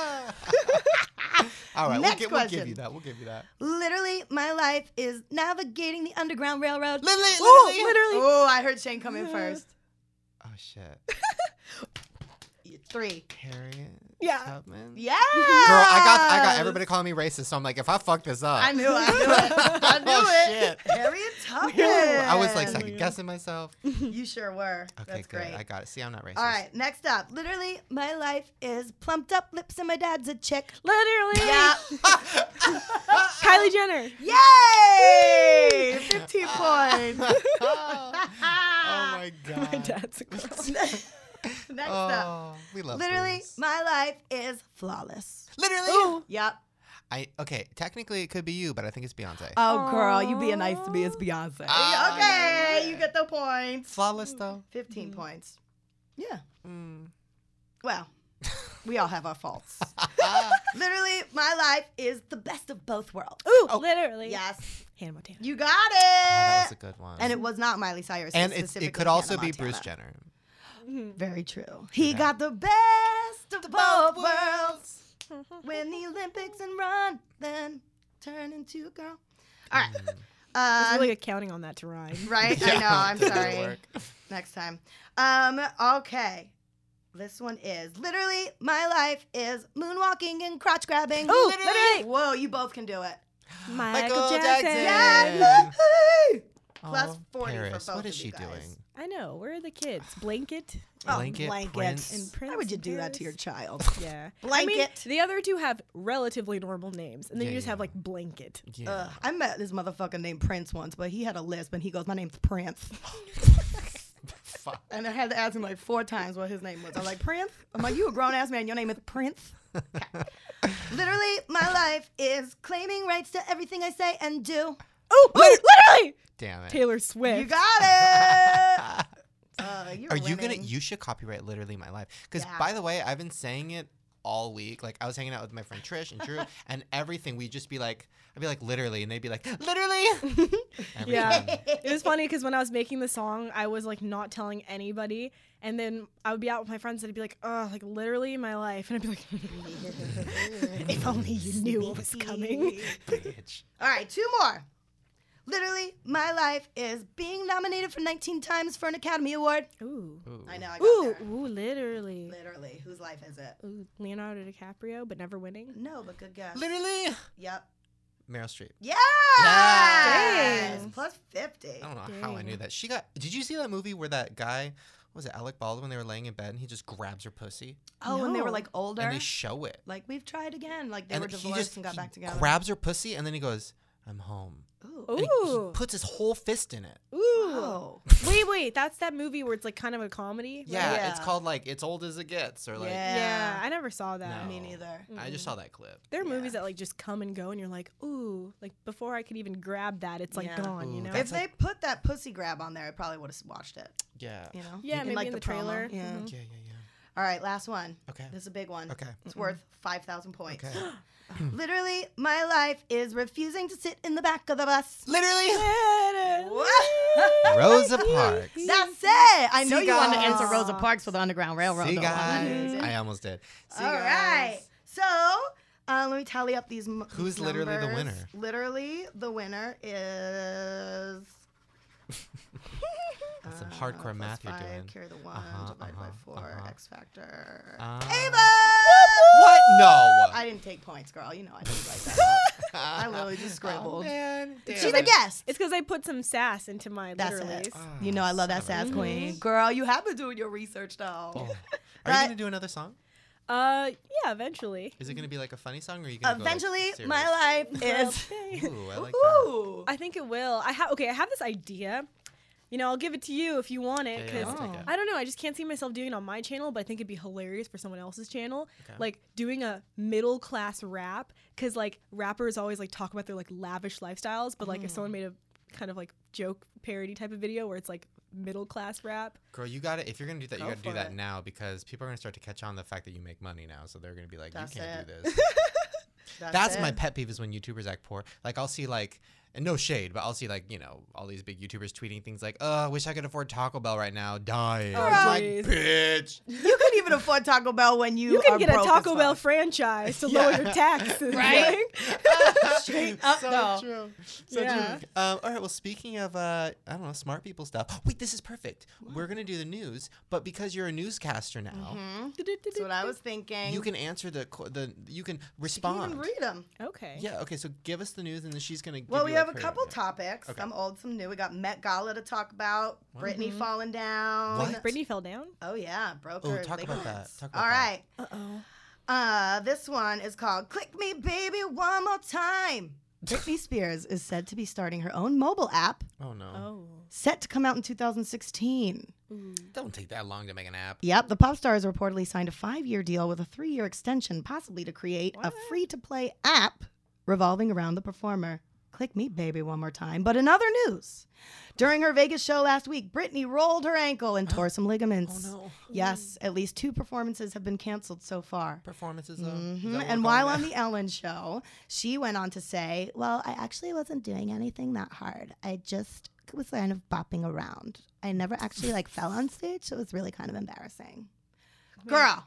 A: All right, we'll, gi-
C: Next
A: we'll give
C: question.
A: you that. We'll give you that.
C: Literally, my life is navigating the Underground Railroad.
A: Literally,
E: Oh,
A: literally.
E: literally.
C: Oh, I heard Shane come in first.
A: Oh shit,
C: Three.
A: Harriet
E: Yeah.
A: Tubman.
C: Yeah.
A: Girl, I got I got everybody calling me racist, so I'm like, if I fuck this up,
C: I knew it. I knew it. I knew
A: Oh,
C: it.
A: shit.
C: Harriet Tubman.
A: I was like
E: Oh my
A: second
E: God.
A: guessing myself.
C: You sure were.
A: Okay,
C: That's
A: good.
C: great.
A: I got it. See, I'm not racist.
C: All right, next up. Literally, my life is plumped up lips and my dad's a chick.
E: Literally.
C: Yeah.
A: Oh,
E: Kylie Jenner.
C: Yay! 15 points.
A: oh my god.
E: My dad's a girl.
C: Next up.
A: Oh, we love
C: Literally,
A: Bruce.
C: my life is flawless.
A: literally.
C: Yep.
A: I okay. Technically, it could be you, but I think it's Beyonce.
C: Oh, girl, you being nice to me is Beyonce.
A: Ah,
C: okay, you get the points.
A: Flawless though.
C: 15 points. Yeah.
A: Mm.
C: Well, we all have our faults. Literally, my life is the best of both worlds.
E: Ooh, literally.
C: Yes.
E: Hannah Montana.
C: You got it.
A: Oh, that was a good one.
C: and it was not Miley Cyrus.
A: and it's,
C: was
A: it
C: specifically
A: could also
C: Hannah
A: be
C: Montana.
A: Bruce Jenner.
C: Very true. He
A: that.
C: got the best of
A: both
C: both worlds. Win the Olympics and run, then turn into a girl. All right.
A: Mm.
E: I
C: Uh,
E: was really counting on that to rhyme.
C: right? I know.
A: Yeah,
C: I'm
A: doesn't
C: sorry.
A: work.
C: Next time. Um, okay. This one is literally my life is moonwalking and crotch grabbing.
E: Ooh, literally.
C: Whoa, you both can do it.
E: Michael,
A: Michael
E: Jackson.
A: Jackson.
C: Yes.
A: Yeah.
C: woohoo!
A: Oh,
C: Plus 40 for
A: Paris.
C: both
A: What is
C: of
A: she
C: you guys.
A: doing?
E: I know. Where are the kids? Blanket.
C: Oh,
A: Blanket,
C: blanket.
A: Prince.
E: And Prince
C: Why would you
E: and
C: do that to your
E: Paris.
C: child?
E: Yeah. I mean,
C: Blanket.
E: the other two have relatively normal names, and then
A: Yeah,
E: you just have
A: yeah.
E: like blanket.
A: Yeah.
C: Ugh, I met this motherfucker named Prince once, but he had a lisp and he goes, My name's Prince.
A: Fuck.
C: And I had to ask him like four times what his name was. I'm like, Prince? I'm like, You a grown ass man. Your name is Prince? Okay. Literally, my life is claiming rights to everything I say and do.
E: Oh, literally.
A: Damn it.
E: Taylor Swift.
C: You got it. Uh, you're
A: Are you gonna?
C: winning.
A: You should copyright literally my life. Because
C: Yeah.
A: by the way, I've been saying it all week. Like I was hanging out with my friend Trish and Drew, and everything we'd just be like, I'd be like literally, and they'd be like literally. Every
E: Yeah.
A: time.
E: It was funny because when I was making the song, I was like not telling anybody, and then I would be out with my friends and I'd be like, "Oh, like literally my life," and I'd be like, "If only you knew what was coming."
A: Bitch.
C: All right, two more. Literally, my life is being nominated for 19 times for an Academy Award.
E: Ooh,
A: Ooh.
C: I know. I got
E: ooh,
C: there.
E: ooh, literally.
C: Literally, whose life is it?
E: Ooh, Leonardo DiCaprio, but never winning.
C: No, but good guess.
A: Literally.
C: Yep.
A: Meryl Streep.
C: Yes.
E: Dang.
C: Plus 50.
A: I don't know how I knew
E: Dang.
A: that. She got. Did you see that movie where that guy what was it Alec Baldwin? They were laying in bed and he just grabs her pussy
C: Oh, and they were
E: No.
C: like older.
A: and they show it.
C: like we've tried again. Like they
A: and
C: were divorced and got
A: he
C: back together.
A: Grabs her pussy and then he goes, "I'm home."
C: Ooh.
A: And he- he
E: Ooh.
A: puts his whole fist in it.
E: Ooh.
C: Wow.
E: Wait, wait, that's that movie where it's like kind of a comedy. right?
A: Yeah, it's
C: Yeah.
A: called like "It's Old as It Gets" or like.
C: Yeah.
E: Yeah, I never saw that.
A: No.
C: Me neither.
A: I just saw that clip.
E: There are
C: Yeah.
E: movies that like just come and go, and you're like, ooh, like before I could even grab that, it's like
C: Yeah.
E: gone,
A: Ooh,
E: you know?
A: that's
C: if they put that pussy grab on there, I probably would have watched it.
A: Yeah.
C: You know?
E: Yeah, maybe in the
C: promo.
E: trailer.
C: Yeah.
E: Mhm.
A: Yeah, yeah, yeah.
C: All right, last one.
A: Okay.
C: This is a big one.
A: Okay.
C: It's worth 5,000 points.
A: Okay.
C: Literally, my life is refusing to sit in the back of the bus.
A: Literally.
C: What?
A: Rosa Parks.
C: That's it. I know
A: See,
C: you wanted to
A: guys.
C: answer Rosa Parks Mm-hmm. for the Underground Railroad.
A: See
C: though. I
A: guys.
C: didn't.
A: I almost did. See
C: All right.
A: guys.
C: So uh, let me tally up these. m-
A: Who's
C: these
A: literally the
C: numbers.
A: winner?
C: Literally, the winner is.
A: That's some
C: uh,
A: hardcore
C: plus
A: math you're
C: five,
A: doing.
C: Carry the one,
A: Uh-huh,
C: divide
A: uh-huh,
C: by 4
A: uh-huh.
C: X factor.
A: Uh,
C: Ava!
A: What? No.
C: I didn't take points, girl. You know I didn't write that. up. I literally just
A: Oh,
C: scribbled.
A: man.
C: She's
A: Damn
C: a
A: it.
C: guest.
E: It's because I put some sass into my
C: That's
E: literally. Mm-hmm.
C: it.
A: Ah,
C: You know I love that sass
A: Mhm.
C: queen, girl. You have been doing your research though.
A: Oh. Are you
C: But-
A: gonna do another song?
E: Uh, yeah, eventually.
A: Is it gonna be like a funny song, or are you gonna
C: Eventually,
A: Go, like,
C: my life is.
E: Okay.
A: Ooh, I like that.
C: Ooh.
E: I think it will. I have okay. I have this idea. You know, I'll give it to you if you want it
A: Yeah,
E: because
A: yeah, I'll take it.
E: I don't know. I just can't see myself doing it on my channel, but I think it'd be hilarious for someone else's channel.
A: Okay.
E: Like doing a middle class rap because like rappers always like talk about their like lavish lifestyles, but like
C: Mm.
E: if someone made a kind of like joke parody type of video where it's like middle class rap.
A: Girl, you got to If you're gonna do that, you
C: Go
A: gotta do
C: for
A: that
C: it.
A: now because people are gonna start to catch on the fact that you make money now. So they're gonna be like,
C: That's
A: you can't
C: it.
A: do this. That's my
C: it.
A: pet peeve is when YouTubers act poor. Like I'll see like, and no shade, but I'll see like you know all these big YouTubers tweeting things like, "Oh, I wish I could afford Taco Bell right now." Dying.
E: Oh,
A: I'm like,
E: jeez.
A: bitch.
C: You can even afford Taco Bell when you
E: You can
C: are
E: get a
C: broke
E: Taco
C: as
E: Bell
C: fuck.
E: franchise to
A: Yeah.
E: lower your taxes,
C: Right?
E: like.
C: Straight up,
A: so
C: though.
A: true. So
E: Yeah.
A: true. Um, all right. Well, speaking of, uh, I don't know, smart people stuff. Wait, this is perfect. We're gonna do the news, but because you're a newscaster now,
C: Mm-hmm. That's what I was thinking.
A: you can answer the qu- the you can
C: You
A: respond.
C: Mm-hmm. can even read them.
E: Okay.
A: Yeah. Okay. So give us the news, and then she's gonna. Give
C: Well,
A: you,
C: we
A: like,
C: have a
A: her-
C: couple
A: yeah.
C: topics.
A: Okay.
C: Some old, some new. We got Met Gala to talk about. Brittany
E: Mm-hmm.
C: falling down.
A: What?
E: Brittany fell down.
C: Oh yeah, broke
A: Oh,
C: her
A: talk about
C: ligaments.
A: that. Talk about
C: All
A: that.
C: right.
E: Uh oh.
C: Uh, this one is called Click Me Baby One More Time. Britney Spears is said to be starting her own mobile app
A: Oh no!
E: Oh.
C: set to come out in 2016.
A: Don't take that long to make an app. Oh,
C: Yep, the pop star has reportedly signed a five year deal with a three year extension, possibly to create a
E: What?
C: free to play app revolving around the performer. Click me, baby, one more time. But in other news, during her Vegas show last week, Britney rolled her ankle and tore some ligaments.
A: Oh no!
C: Yes, at least two performances have been canceled so far.
A: Performances. Though. Is that
C: hmm
A: what we're
C: And while
A: calling
C: on
A: it?
C: the Ellen show, she went on to say, Well, I actually wasn't doing anything that hard. I just was kind of bopping around. I never actually like fell on stage. So it was really kind of embarrassing. Girl.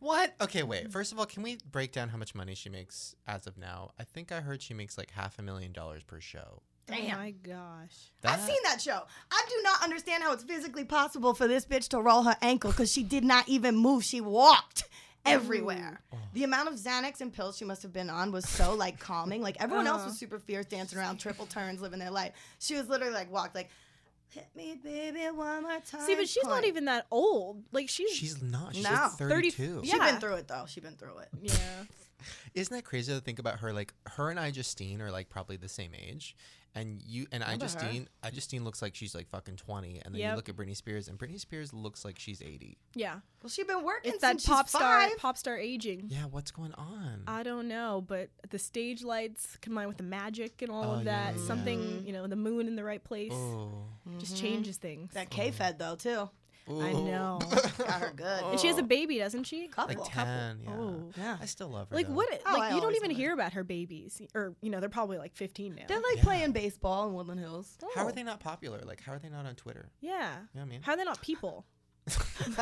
A: What? Okay, wait. First of all, can we break down how much money she makes as of now? I think I heard she makes like half a million dollars per show.
E: Oh
C: Damn.
E: my gosh.
C: I've seen that show. I do not understand how it's physically possible for this bitch to roll her ankle because she did not even move. She walked everywhere.
E: Oh.
C: The amount of Xanax and pills she must have been on was so like calming. Like everyone else
E: Uh-huh.
C: was super fierce, dancing around, triple turns, living their life. She was literally like walked like, hit me, baby, one more time.
E: See, but she's not
C: point."
E: even that old. Like she's.
A: She's not. She's
C: No.
A: like
E: 30
A: 32.
C: She's
E: Yeah.
C: been through it though. She's been through it.
E: yeah.
A: Isn't that crazy to think about her? Like her and I Justine are like probably the same age, and you and I
C: Remember her.
A: Justine, I Justine looks like she's like fucking twenty, and then you
E: Yep.
A: look at Britney Spears, and Britney Spears looks like she's eighty.
E: Yeah.
C: Well, she's been working
E: It's that
C: since
E: pop
C: she's
E: star.
C: five.
E: Pop star aging.
A: Yeah, what's going on?
E: I don't know, but the stage lights combined with the magic and all
A: Oh, yeah,
E: of that,
A: yeah, yeah.
C: Mm-hmm.
E: something you know, the moon in the right place,
A: oh,
E: just changes things.
C: That K fed though too.
E: I
A: Ooh.
E: know.
C: Got her good.
E: And she has a baby, doesn't she?
C: couple.
A: Like 10. Yeah.
E: Oh.
C: Yeah.
A: I still love her.
E: Like
A: though.
E: what?
C: Oh, I
E: like you don't
C: always
E: even
C: love
E: hear about her babies, or you know, they're probably like 15 now.
C: They're like
A: Yeah.
C: playing baseball in Woodland Hills.
A: How are
E: Oh.
A: they not popular? Like, how are they not on Twitter?
E: Yeah.
A: You know what I mean?
E: How are they not people?
A: you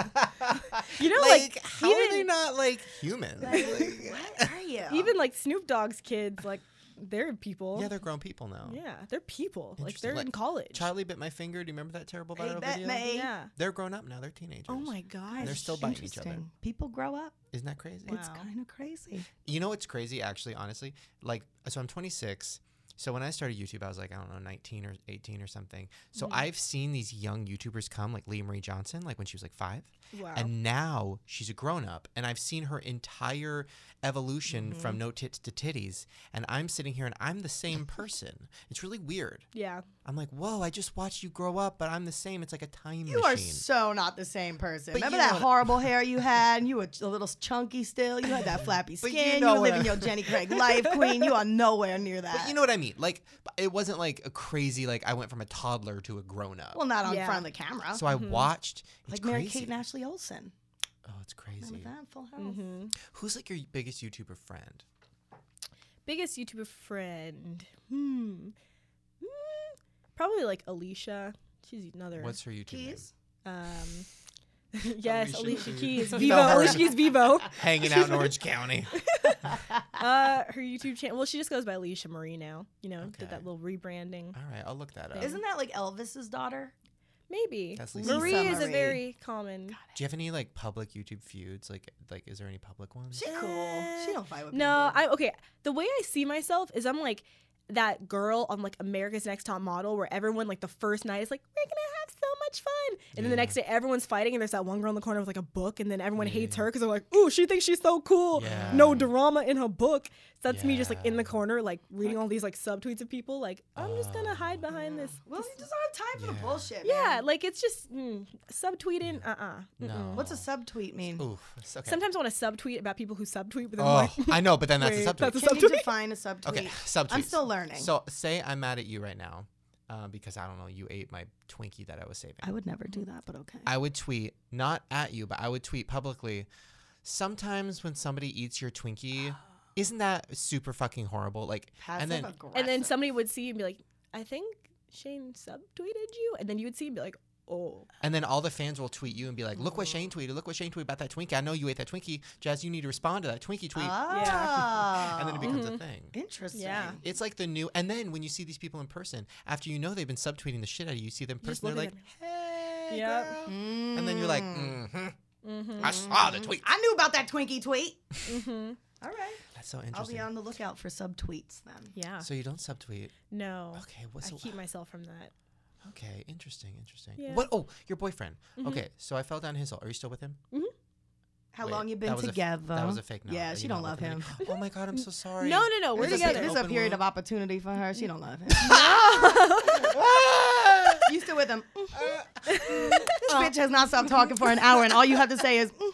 E: You know,
A: like,
E: like,
A: how are they
E: even-
A: not like human? Like,
C: What are you?
E: Even like Snoop Dogg's kids, like they're people.
A: yeah, they're grown people now.
E: Yeah, they're people. Like
A: Interesting.
E: they're
A: Like,
E: in college.
A: Charlie bit my finger. Do you remember that terrible
C: Hey,
A: viral
C: bet
A: video?
C: me.
E: Yeah.
A: They're grown up now. They're teenagers.
E: Oh my god.
A: they're still biting each other.
C: Interesting. People grow up.
A: Isn't that crazy?
E: Wow.
C: It's kind of crazy.
A: You know what's crazy, actually, honestly? Like, so I'm 26. So when I started YouTube, I was like, I don't know, 19 or 18 or something. So
C: Mm-hmm.
A: I've seen these young YouTubers come, like Leah Marie Johnson, like when she was like five.
E: Wow.
A: And now she's a grown up. And I've seen her entire evolution
C: Mm-hmm.
A: from no tits to titties. And I'm sitting here and I'm the same person. It's really weird.
E: yeah.
A: I'm like, whoa, I just watched you grow up, but I'm the same. It's like a time
C: You
A: machine.
C: are so not the same person.
A: But
C: Remember
A: you know
C: that
A: what-
C: horrible hair you had? And you were a little chunky still. You had that flappy
A: But
C: skin.
A: you
C: You,
A: know
C: were
A: what
C: living
A: I-
C: your Jenny Craig life, queen. You are nowhere near that.
A: But you know what I mean? Like, it wasn't like a crazy, like, I went from a toddler to a grown up.
C: well, not on
E: Yeah.
C: front of the camera.
A: So I watched. It's
C: like
A: crazy.
C: Mary Kate and Ashley Olsen.
A: Oh, it's crazy.
C: Remember that? Full House.
A: Mm-hmm.
E: Mhm.
A: Who's like your biggest YouTuber friend?
E: Biggest YouTuber friend. Hmm. Hmm. Probably like Alicia. She's another.
A: What's her YouTube
C: Keys?
E: um. yes,
A: Alicia
E: Alicia,
A: Keys.
E: Keys.
A: You
E: Vivo.
A: know her.
E: Alicia Keys Vivo.
A: name? Hanging out in Orange County.
E: Uh, her YouTube channel. Well, she just goes by Alicia Marie now. You know,
A: Okay.
E: did that little rebranding.
A: All right, I'll look that up.
C: Isn't that like Elvis's daughter?
E: Maybe.
A: That's Lisa
E: Marie is a
C: Marie.
E: very common.
A: Do you have any like public YouTube feuds? Like, like is there any public ones?
C: She cool. She don't fight with
E: No,
C: people.
E: I okay. The way I see myself is I'm like that girl on like America's Next Top Model, where everyone like the first night is like we're gonna have so much fun, and then
A: Yeah.
E: the next day everyone's fighting, and there's that one girl in the corner with like a book, and then everyone
A: Yeah.
E: hates her because they're like, ooh, she thinks she's so cool.
A: Yeah.
E: No drama in her book. So that's me just like in
A: Yeah.
E: the corner, like reading all these like subtweets of people. Like I'm just gonna hide behind this.
C: Well, you just don't have time for
A: Oh, Yeah.
C: the bullshit.
E: Yeah,
C: man.
E: like it's just mm, subtweeting. Uh uh
A: No.
C: What's a subtweet mean?
A: Oof. it's Okay.
E: Sometimes I want to subtweet about people who subtweet, but then I'm
A: Oh,
E: like,
A: I know, but then that's a
E: Wait,
A: subject.
E: that's a
C: Can you
E: subtweet.
C: define a subtweet?
A: okay, subject.
C: I'm still learning.
A: So say I'm mad at you right now, uh, because I don't know, you ate my Twinkie that I was saving.
C: I would never do that, but okay.
A: I would tweet not at you, but I would tweet publicly. Sometimes when somebody eats your Twinkie, isn't that super fucking horrible? Like, and then
E: and then somebody would see you and be like, I think Shane subtweeted you. And then you would see and be like, oh.
A: and then all the fans will tweet you and be like, "Look what Shane tweeted! Look what Shane tweeted about that Twinkie! I know you ate that Twinkie, Jazz. You need to respond to that Twinkie tweet."
C: Yeah.
A: Oh.
E: Oh.
A: And then it becomes a thing.
C: Oh. interesting.
E: Yeah.
A: It's like the new. And then when you see these people in person, after you know they've been subtweeting the shit out of you, you see them in
E: Just
A: person. They're
E: look
A: like,
E: at Mm.
A: "Hey,
E: Yep.
A: girl." And then you're like, mm-hmm, "I saw the tweet."
C: Hmm. I knew about that Twinkie tweet.
E: Mm-hmm.
C: All right.
A: That's so
C: I'll be
A: interesting.
C: on the lookout for subtweets then.
E: Yeah.
A: So you don't subtweet.
E: no.
A: Okay, what's
E: I
A: so,
E: keep myself from that.
A: Okay, interesting, interesting.
E: Yeah. Mm-hmm.
A: What? Oh, your boyfriend. Okay, so I fell down his hole. Are you still with him?
C: How
A: Wait,
C: long you
A: that
C: been
A: was a f-
C: together?
A: that was a fake. No,
C: Yeah,
A: you
C: she
A: not
C: don't love
A: with
C: him.
A: anymore. Oh my god, I'm so sorry.
E: No, no, no. We're
C: There's a-
E: together.
C: There's
A: Open
C: a period
A: wound.
C: of opportunity for her. She don't love him. you still with him? Mhm. this
E: Uh-huh.
C: bitch has not stopped talking for an hour, and all you have to say is, mhm.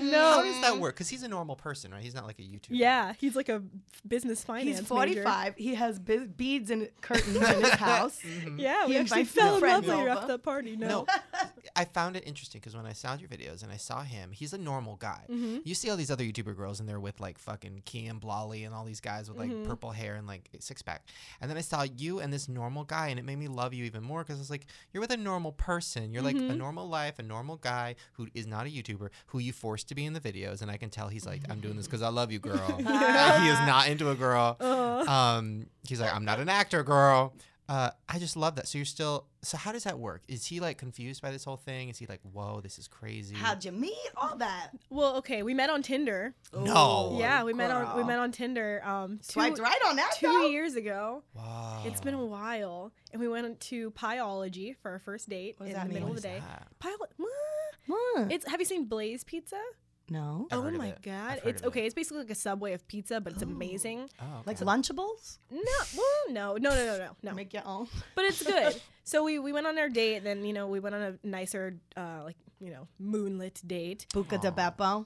A: no. How does that work? Because he's a normal person, right? He's not like a YouTuber.
E: Yeah. He's like a business finance
C: he's
E: major.
C: 45. He has be- beads and curtains in his house.
A: Mm-hmm.
E: Yeah. We
C: He
E: actually
C: invites
E: fell
C: his
E: in love
C: friends
E: later
C: over.
E: after that party. No.
A: No, I found it interesting because when I saw your videos and I saw him, he's a normal guy. You see all these other YouTuber girls and they're with like fucking Kian Blolly and all these guys with like purple hair and like six pack. And then I saw you and this normal guy and it made me love you even more because I was like, you're with a normal person. You're like a normal life, a normal guy who is not a YouTuber who you forced to be in the videos. And I can tell he's like, I'm doing this because I love you, girl. And he is not into a girl.
E: Uh,
A: Um, he's like, I'm not an actor, girl. Uh, I just love that. So you're still. So how does that work? Is he like confused by this whole thing? Is he like, whoa, this is crazy?
C: How'd you meet? All that.
E: Well, okay. We met on Tinder.
A: No.
E: yeah. We met on we
C: Oh, girl.
E: met on Tinder. Um, two,
C: Swiped right Oh. on that.
E: two
C: though.
E: years ago.
A: Wow.
E: It's been a while, and we went to Pyology for our first date
C: What does
E: in
C: that
E: the middle
C: mean?
E: of the
A: What
E: day.
A: is that?
E: Pyo-
C: What?
E: It's have you seen Blaze Pizza?
C: no.
A: I've
E: oh
A: heard of
E: my
A: it. I've
E: god,
A: heard
E: it's
A: of it.
E: okay. It's basically like a subway of pizza, but it's amazing.
A: Oh, okay.
C: Like Lunchables?
E: No, well, no, no, no, no, no, no.
C: Make your own.
E: But it's good. So we we went on our date, and then you know we went on a nicer, uh, like you know, moonlit date.
C: Buca de Beppo.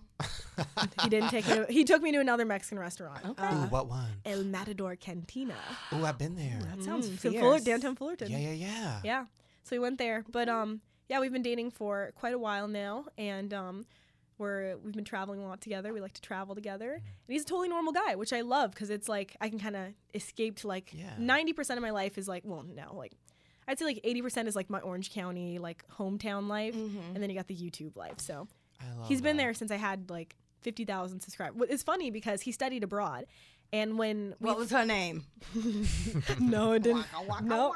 E: He didn't take me. To, he took me to another Mexican restaurant.
C: Okay.
A: Ooh,
E: uh,
A: what one?
E: El Matador Cantina. Mm,
A: Ooh, I've been there.
C: That sounds
E: So
C: fierce.
E: Fuller, downtown Fullerton.
A: Yeah, yeah, yeah.
E: Yeah. So we went there. But um, yeah, we've been dating for quite a while now, and um, we're we've been traveling a lot together. We like to travel together, and he's a totally normal guy, which I love because it's like I can kind of escape to like
A: Yeah.
E: ninety percent of my life is like well no like. I'd say like eighty percent is like my Orange County like hometown life, and then you got the YouTube life. So
A: I Mm-hmm. love
E: He's been
A: that.
E: there since I had like 50,000 subscribers. Well, It's funny because he studied abroad. And when we
C: What was her name?
E: no, it didn't. no,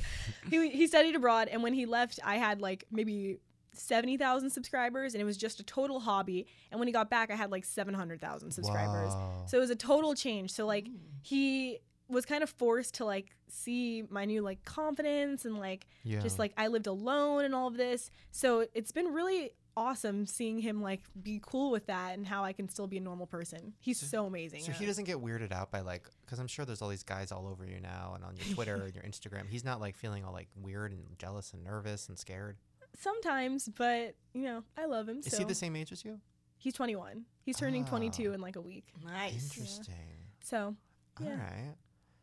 E: he, he studied abroad, and when he left, I had like maybe seventy thousand subscribers, and it was just a total hobby. And when he got back, I had like seven hundred thousand subscribers.
A: Wow.
E: So it was a total change. So like he was kind of forced to like see my new like confidence and like
A: yeah.
E: just like I lived alone and all of this. So it's been really awesome seeing him like be cool with that and how I can still be a normal person. He's
A: So-
E: so amazing.
A: So he doesn't get weirded out by like, because I'm sure there's all these guys all over you now and on your Twitter and your Instagram. He's not like feeling all like weird and jealous and nervous and scared.
E: Sometimes, but you know, I love him.
A: Is
E: so
A: he the same age as you?
E: he's 21. He's turning
A: Ah.
E: 22 in like a week.
C: Nice.
A: Interesting.
E: So
A: All
E: Yeah.
A: right.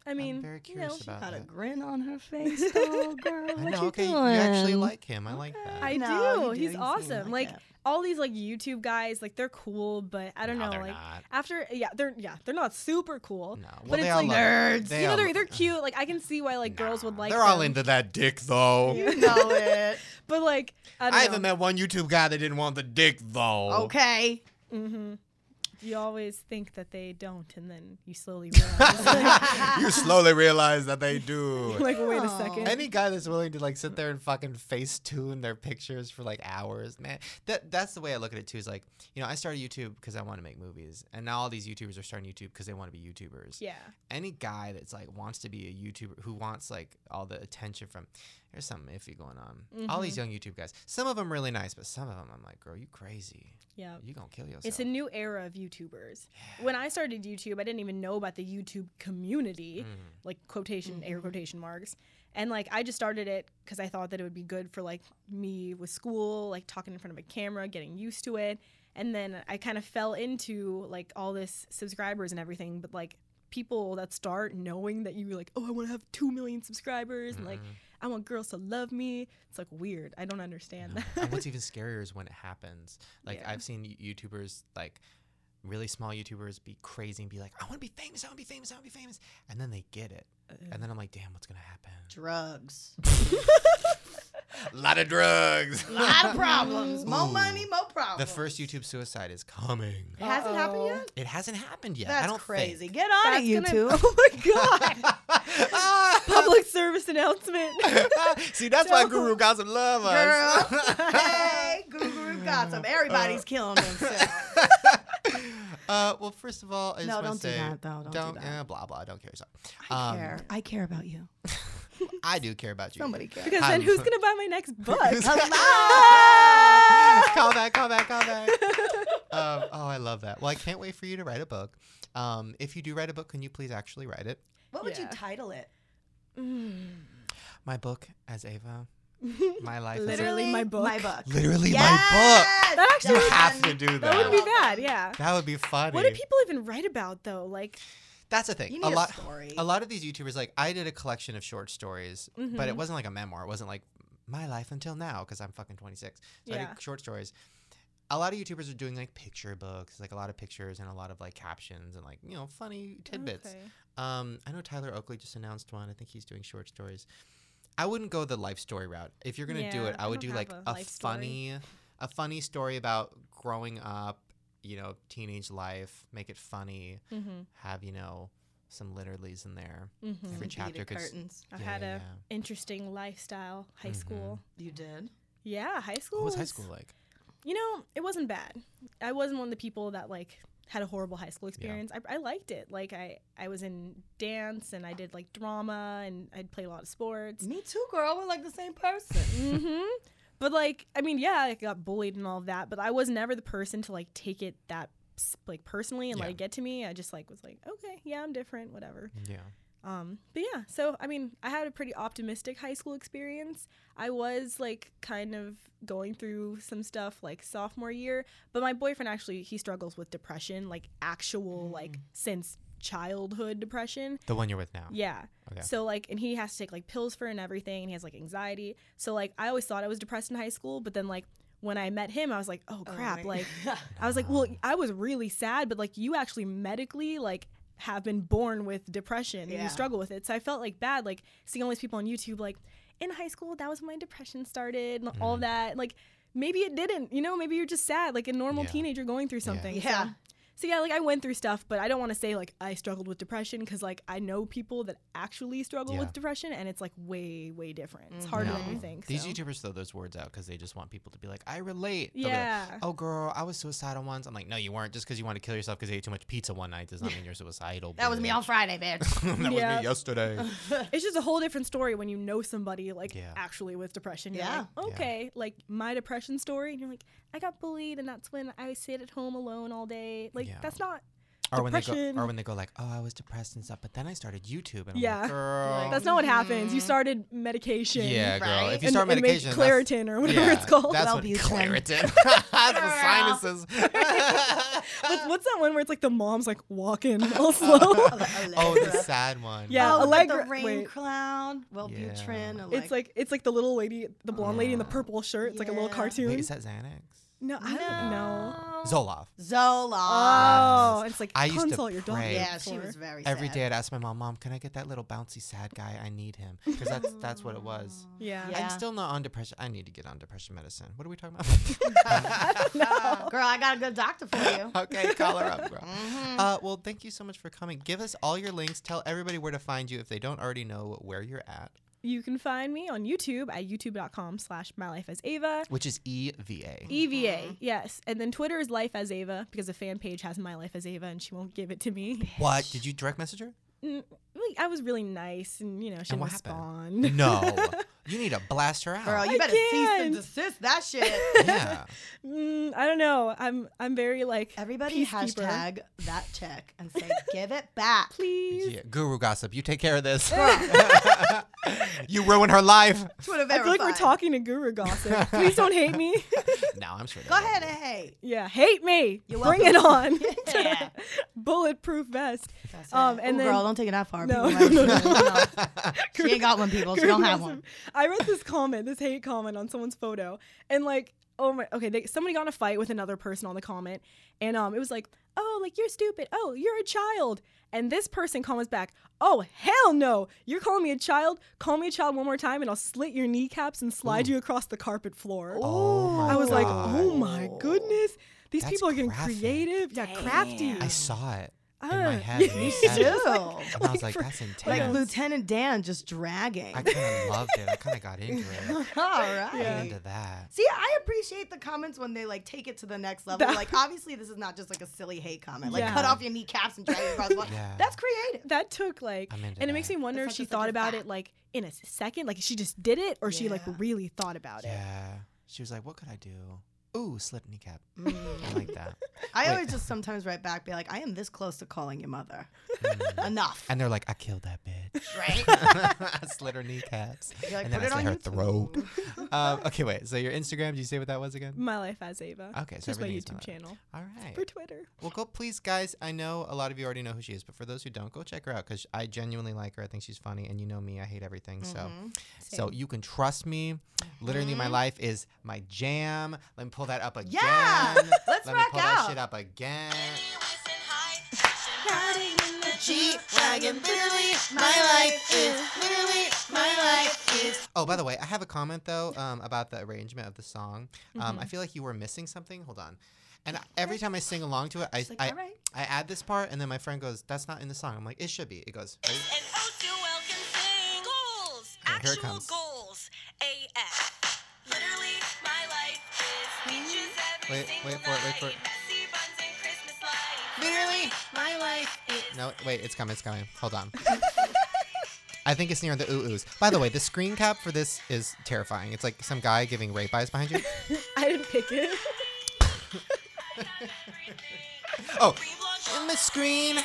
E: I mean,
A: very
E: you know,
A: curious about
C: Got a
A: that.
C: grin on her face, though, girl.
A: I
C: What
A: know.
C: you
A: okay,
C: doing?
A: you actually like him. I like that.
E: I
C: No,
E: do.
C: you
E: He's
C: You seem
E: awesome. Like,
C: it.
E: all these like YouTube guys, like they're cool, but I don't
A: no,
E: know.
A: They're
E: Like
A: not.
E: after, yeah, they're yeah, they're not super cool.
A: No. Well,
E: but
A: they
E: it's
A: all
E: like
A: love-
C: nerds.
A: they
E: you know
A: all-
E: they're, they're cute. Like I can see why like girls would
A: Nah,
E: like.
A: They're all
E: them.
A: into that dick though.
C: you know it.
E: But like I don't
A: I
E: know.
A: haven't met one YouTube guy that didn't want the dick though.
C: Okay.
E: Mm-hmm. You always think that they don't, and then you slowly realize.
A: you slowly realize that they do.
E: like, wait a
C: Aw.
E: second.
A: Any guy that's willing to like sit there and fucking face tune their pictures for like hours, man. That that's the way I look at it too. Is like, you know, I started YouTube because I want to make movies, and now all these YouTubers are starting YouTube because they want to be YouTubers.
E: yeah.
A: Any guy that's like wants to be a YouTuber who wants like all the attention from, there's something iffy going on. All these young YouTube guys, some of them really nice, but some of them I'm like, girl, you crazy.
E: Yeah.
A: You gonna kill yourself.
E: Oh. It's a new era of YouTubers. When I started YouTube, I didn't even know about the YouTube
A: Mm.
E: community,
A: Mm-hmm.
E: like quotation air quotation marks. And like I just started it because I thought that it would be good for like me with school, like talking in front of a camera, getting used to it. And then I kind of fell into like all this subscribers and everything, but like people that start knowing that you like, oh, I want to have two million subscribers, and like I want girls to love me. It's like weird. I don't understand that.
A: and what's even scarier is when it happens. Like
E: Yeah.
A: I've seen y- YouTubers like really small YouTubers be crazy and be like, I want to be famous, I want to be famous, I want to be famous, and then they get it, and then I'm like, damn, what's gonna happen?
C: Drugs.
A: A lot of drugs.
C: A lot of problems. More
A: Ooh.
C: money, more problems.
A: the first YouTube suicide is coming.
C: It hasn't happened
E: Uh-oh.
C: yet?
A: It hasn't happened yet.
C: That's
A: I don't
C: crazy.
A: Think.
C: Get on
E: That's
C: it, YouTube.
E: gonna- oh my god.
A: Ah!
E: public service announcement.
A: See, that's why
E: So-
A: Guru got some love us.
C: Girl. hey, Guru got some. Everybody's killing themselves.
A: uh, well, first of all, I just
C: No,
A: wanna
C: don't do
A: say-
C: that, though. Don't do that.
A: eh, blah blah. Don't care yourself.
C: I
A: Um,
C: care. I care about you.
A: I do care about you.
C: Somebody cares.
E: because then
A: I'm-
E: who's gonna buy my next book?
C: Ah!
A: call back, call back, call back. um, oh, I love that. Well, I can't wait for you to write a book. Um, if you do write a book, can you please actually write it?
C: What would you
E: Yeah.
C: title it?
A: My book as Ava. My life
E: Literally my book.
C: My book.
A: as a, literally my
C: Yes!
E: That
A: book. You
E: actually-
A: have to do that.
E: that would be bad. Yeah.
A: That would be funny.
E: What do people even write about though? Like,
A: That's the thing.
C: You
A: a
C: need a
A: lot.
C: story.
A: A lot of these YouTubers, like I did a collection of short stories, but
E: Mm-hmm.
A: it wasn't like a memoir. It wasn't like my life until now because I'm fucking 26. So I
E: Yeah.
A: did short stories. A lot of YouTubers are doing like picture books, like a lot of pictures and a lot of like captions and like you know funny tidbits.
E: Okay.
A: Um, I know Tyler Oakley just announced one. I think he's doing short stories. I wouldn't go the life story route. If you're gonna do
E: Yeah,
A: it, I
E: I
A: would do
E: don't have
A: like
E: a
A: a,
E: life story.
A: funny, a funny story about growing up, you know, teenage life. Make it funny.
E: Mhm.
A: Have you know some literalies in there.
E: Mhm.
A: Every
C: Some
A: chapter
C: beaded
A: could. s-
C: curtains.
E: I
A: Yeah,
E: had
A: yeah,
E: a
A: yeah.
E: interesting lifestyle. High
A: Mhm.
E: school.
C: You did.
E: Yeah, high school.
A: What was high school like?
E: You know, it wasn't bad. I wasn't one of the people that like had a horrible high school experience. I, I liked it. Like I, I was in dance and I did like drama and I'd play a lot of sports.
C: Me too, girl. We're like the same person.
E: hmm But like, I mean, yeah, I got bullied and all of that, but I was never the person to like take it that s- like personally and let
A: Yeah.
E: it get to me. I just like was like, okay, yeah, I'm different, whatever.
A: Yeah.
E: Um, but yeah, so I mean, I had a pretty optimistic high school experience. I was like kind of going through some stuff like sophomore year, but my boyfriend actually he struggles with depression like actual like since childhood depression.
A: The one you're with now.
E: Yeah.
A: Okay.
E: So like, and he has to take like pills for and everything, and he has like anxiety. So like, I always thought I was depressed in high school, but then like when I met him, I was like, oh crap!
C: right.
E: Like, I was like, well, I was really sad, but like you actually medically like have been born with depression and
C: Yeah.
E: you struggle with it. So I felt like bad, like seeing all these people on YouTube, like in high school, that was when my depression started and
A: Mm.
E: all that. Like maybe it didn't, you know, maybe you're just sad, like a normal
A: Yeah.
E: teenager going through something. So-
C: Yeah.
E: so yeah, like I went through stuff, but I don't want to say like I struggled with depression because like I know people that actually struggle
A: Yeah.
E: with depression, and it's like way way different. It's
C: Mm-hmm.
E: harder
A: No.
E: than you think.
A: These
E: so.
A: YouTubers throw those words out because they just want people to be like, I relate. They'll be like,
E: yeah,
A: oh, girl, I was suicidal once. I'm like, no, you weren't. Just because you want to kill yourself because you ate too much pizza one night does not mean you're suicidal.
C: That was me
A: bitch."
C: on Friday, bitch.
A: that was
E: Yeah.
A: me yesterday.
E: it's just a whole different story when you know somebody like
A: Yeah.
E: actually with depression. You're
C: Yeah.
E: like,
A: Yeah.
E: okay, like my depression story, and you're like, I got bullied, and that's when I stayed at home alone all day. Like
A: Yeah.
E: that's not
A: or when they go,
E: Depression.
A: or when they go like, oh, I was depressed and stuff, but then I started YouTube and I'm
E: Yeah.
A: like,
C: Oh.
A: girl,
E: that's not what happens. You
C: Mm.
E: started medication.
A: yeah, girl.
C: right?
A: If you
E: And,
A: start
E: and made
A: medication, that's-
E: Claritin or whatever
A: yeah,
E: it's called.
A: That's what
C: Wellbutrin.
A: Claritin. that's the sinuses.
E: What- what's that one where it's like the mom's like walking all slow?
A: oh, the sad one.
E: Yeah,
C: Oh, with the
E: Allegra-
C: rain
E: wait.
C: cloud. Wellbutrin. Yeah.
E: It's like it's like the little lady, the blonde lady in the purple shirt. It's like a little
C: Yeah.
E: cartoon.
A: Oh. Wait, is that Xanax?
E: no, I don't know.
A: Zoloft.
C: Zoloft.
E: Oh, it's like
A: I used to
E: consult your doctor.
A: pray.
C: yeah, she
E: before.
C: was very
A: Every
C: sad.
A: day I'd ask my mom, Mom, can I get that little bouncy sad guy? I need him. Because that's that's what it was.
E: Yeah.
C: Yeah.
A: I'm still not on depression. I need to get on depression medicine. What are we talking
C: Uh, girl, I got a good doctor for you.
A: about? okay, call her up, girl.
C: Mm-hmm.
A: Uh, well, thank you so much for coming. Give us all your links. Tell everybody where to find you if they don't already know where you're at,
E: You can find me on YouTube at youtube.com slash my life as
C: Mm-hmm.
E: Ava.
A: which is E
C: E
A: EVA.
E: EVA, yes. And then Twitter is life as Ava because a fan page has my life as Eva and she won't give it to me.
A: what? Did you direct message her?
E: Mm, like, I was really nice and, you know, she
A: And
E: didn't
A: what happened?
E: respond.
A: No. you need to blast her out.
C: Girl, you
E: I
C: better cease and
E: can't.
C: desist that shit.
A: yeah.
E: Mm, I don't know. I'm I'm very like
C: Everybody
E: peacekeeper.
C: hashtag that check and say, give it back.
E: please.
A: yeah. Guru gossip. You take care of this. you ruin her life.
C: Twitter
E: I feel like we're
C: verified.
E: talking to guru gossip. Please don't hate me.
A: No, I'm sure. they
C: Go
A: love
C: ahead
A: you.
C: and hey.
E: yeah, hate me.
C: You're
E: Bring it
C: welcome.
E: on.
C: Yeah.
E: Bulletproof vest.
C: That's
E: Um,
C: it.
E: and
C: Ooh,
E: then-
C: girl, don't take it that far.
E: No,
C: People
E: no,
C: might- She ain't got one, people. She
E: Guru
C: don't have
E: gossip.
C: one.
E: I read this comment, this hate comment on someone's photo, and like, oh my, okay, they, somebody got in a fight with another person on the comment, and um, it was like, oh, like you're stupid. Oh, you're a child. And this person comments back, oh hell no, you're calling me a child. Call me a child one more time, and I'll slit your knecaps and slide you across the carpet floor.
A: Oh my
E: I was like,
A: God.
E: oh my goodness. These
A: That's
E: people are getting
A: graphic.
E: creative. Yeah, crafty.
A: I saw it in
E: Ah.
A: my head. when you
E: It's
A: said it.
E: just like-
C: Ew.
A: And I was like,
E: for-
A: that's intense.
C: Like Lieutenant Dan just dragging.
A: I kind of loved it. I kind of got into it.
C: All right.
A: I'm into that.
C: See, I appreciate the comments when they like take it to the next level.
E: That-
C: like, obviously, this is not just like a silly hate comment. Like,
E: Yeah.
C: cut off your kneecaps and drag it across. the wall.
A: Yeah.
C: That's creative.
E: that took like
A: I'm into
E: and it makes
A: that.
E: me wonder
C: That's not
E: if she
C: just, like,
E: thought
C: a
E: about
C: fact.
E: it like in a second like she just did it or she like
C: Yeah.
E: really thought about it
A: Yeah. She was like, what could I do? Ooh, slit kneecap.
C: Mm.
A: I like that.
C: I
A: Wait.
C: always just sometimes write back, be like, I am this close to calling your mother. Enough.
A: Mm. And they're like, I killed that bitch.
C: right?
A: I slit her kneecaps.
C: You're like,
A: and then
C: put
A: I
C: it on
A: slit her
C: YouTube. Mm.
A: throat. um, okay, wait. So your Instagram, did you say what that was again?
E: my life as ava
A: Okay, so
E: just my
A: everything is
E: youtube
A: my life.
E: channel
A: All right.
E: for twitter
A: Well, go please, guys. I know a lot of you already know who she is, but for those who don't, go check her out because I genuinely like her. I think she's funny, and you know me, I hate everything. So,
C: Mm-hmm.
A: so you can trust me. Literally, my life is my jam. Let me pull that up again.
C: Yeah, let's
A: Let me
C: rock
A: pull
C: out.
A: that shit up again.
D: Riding in the Jeep wagon, literally, my life is, literally, my life is.
A: Oh, by the way, I have a comment though um, about the arrangement of the song. Um,
C: Mm-hmm.
A: I feel like you were missing something. Hold on. And every time I sing along to it, I,
C: She's like,
A: I,
C: all right.
A: I add this part, and then my friend goes, "That's not in the song." I'm like, "It should be." It goes. Ready?
D: And oh, do welcome thing. Goals.
A: Okay, here it
D: Actual
A: comes.
D: goals. AF. Literally, my life is beaches every
A: Wait,
D: single
A: wait for it, wait for it.
D: night. Messy buns and Christmas lights. Literally, my life is.
A: No, wait, it's coming, it's coming. Hold on. I think it's near the ooh oohs. By the way, the screen cap for this is terrifying. It's like some guy giving rape eyes behind you.
E: i didn't pick it
A: Oh, in the screen, ooh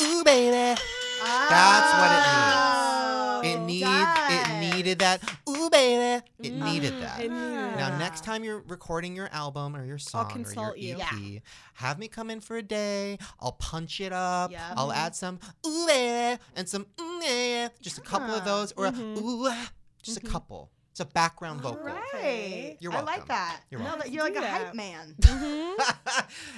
C: Oh.
A: baby. That's what it needs. It need
C: God.
A: it needed that ooh baby. It
E: Oh, Mm.
A: needed
E: Mm,
A: that.
E: it needed
A: Now,
E: that.
A: next time you're recording your album or your song or
E: consult you.
A: your EP,
E: Yeah.
A: have me come in for a day. I'll punch it up.
C: Yeah.
A: I'll
E: Mm-hmm.
A: add some ooh baby and some mm, yeah, yeah. just a couple
C: Yeah.
A: of those or a
E: Mhm.
A: ooh ah, just a
E: Mhm.
A: couple. It's a background
E: All
A: vocal.
E: Right.
A: You're
C: I like
A: welcome.
C: that.
A: You're
C: No,
A: welcome.
C: that you're like
E: Do
C: a
E: that.
C: hype man.
A: And
E: Mhm. you know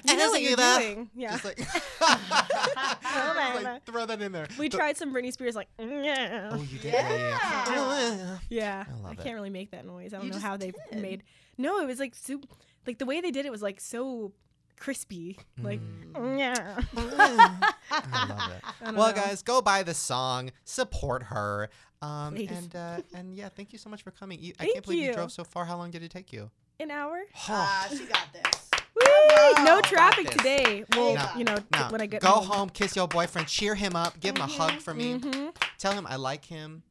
A: it's like,
E: what you're
A: "Eva,"
E: doing. Yeah.
A: Just like, just
E: Eva.
A: like throw that in there.
E: we
A: The-
E: tried some Britney Spears like yeah.
A: Oh, you did.
C: Yeah.
A: Yeah. yeah, yeah.
E: Yeah.
A: I love it.
E: can't really make that noise. I don't
C: You
E: know
C: just
E: how they
C: did.
E: made No, it was like soup like the way they did it was like so crispy. Like
A: Mm.
E: yeah.
A: I love it.
E: I don't
A: Well,
E: know.
A: guys, go buy the song, support her, um,
E: Please.
A: and uh, and yeah, thank you so much for coming. You, I
E: Thank
A: can't believe you.
E: you.
A: drove so far. How long did it take you?
E: An hour?
A: Oh.
C: Ah, she got this.
E: Woo!
C: Bravo.
E: No traffic
A: Got this.
E: today. Well,
C: No,
E: you know,
A: No,
E: when I get
A: go home. kiss your boyfriend, cheer him up, give him a hug from me,
E: hmm
A: tell him I like him.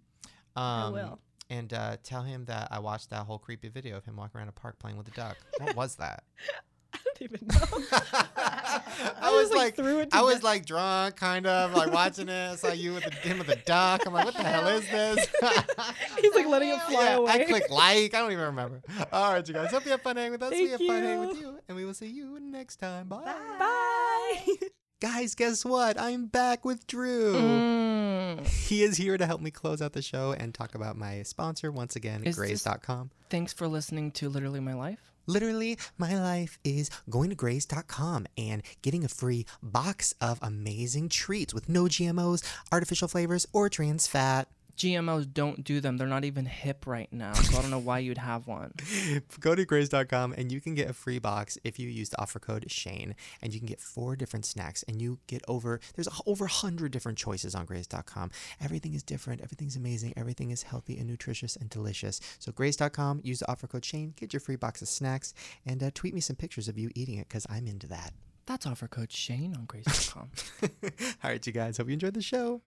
A: Um,
E: I will.
A: And uh, tell him that I watched that whole creepy video of him walking around a park playing with a duck. What was that?
E: I don't even know.
A: I
E: I
A: was
E: just, like,
A: like,
E: threw it
A: I
E: to
A: was
E: death.
A: like drunk, kind of like watching it. I saw you with the, him with a duck. I'm like, what the hell is this?
E: He's like letting it fly
A: Yeah,
E: away.
A: I click like. I don't even remember. All right, you guys. Hope you have fun hanging with us. we have
E: Thank
A: fun hanging
E: you.
A: with you, and we will see you next time. Bye.
E: Bye.
A: Guys, guess what? I'm back with Drew.
B: Mm.
A: He is here to help me close out the show and talk about my sponsor once again,
B: Is this-
A: Grays.com.
B: Thanks for listening to Literally My Life.
A: Literally, my life is going to grays.com and getting a free box of amazing treats with no GMOs, artificial flavors, or trans fat.
B: GMOs don't do them. They're not even hip right now. So I don't know why you'd have one.
A: Go to grays.com and you can get a free box if you use the offer code Shane. And you can get four different snacks and you get over, there's a- over 100 different choices on grays.com. Everything is different. Everything's amazing. Everything is healthy and nutritious and delicious. So grays.com, use the offer code Shane, get your free box of snacks, and uh, tweet me some pictures of you eating it because I'm into that.
B: That's offer code Shane on Grace.com.
A: All right, you guys. Hope you enjoyed the show.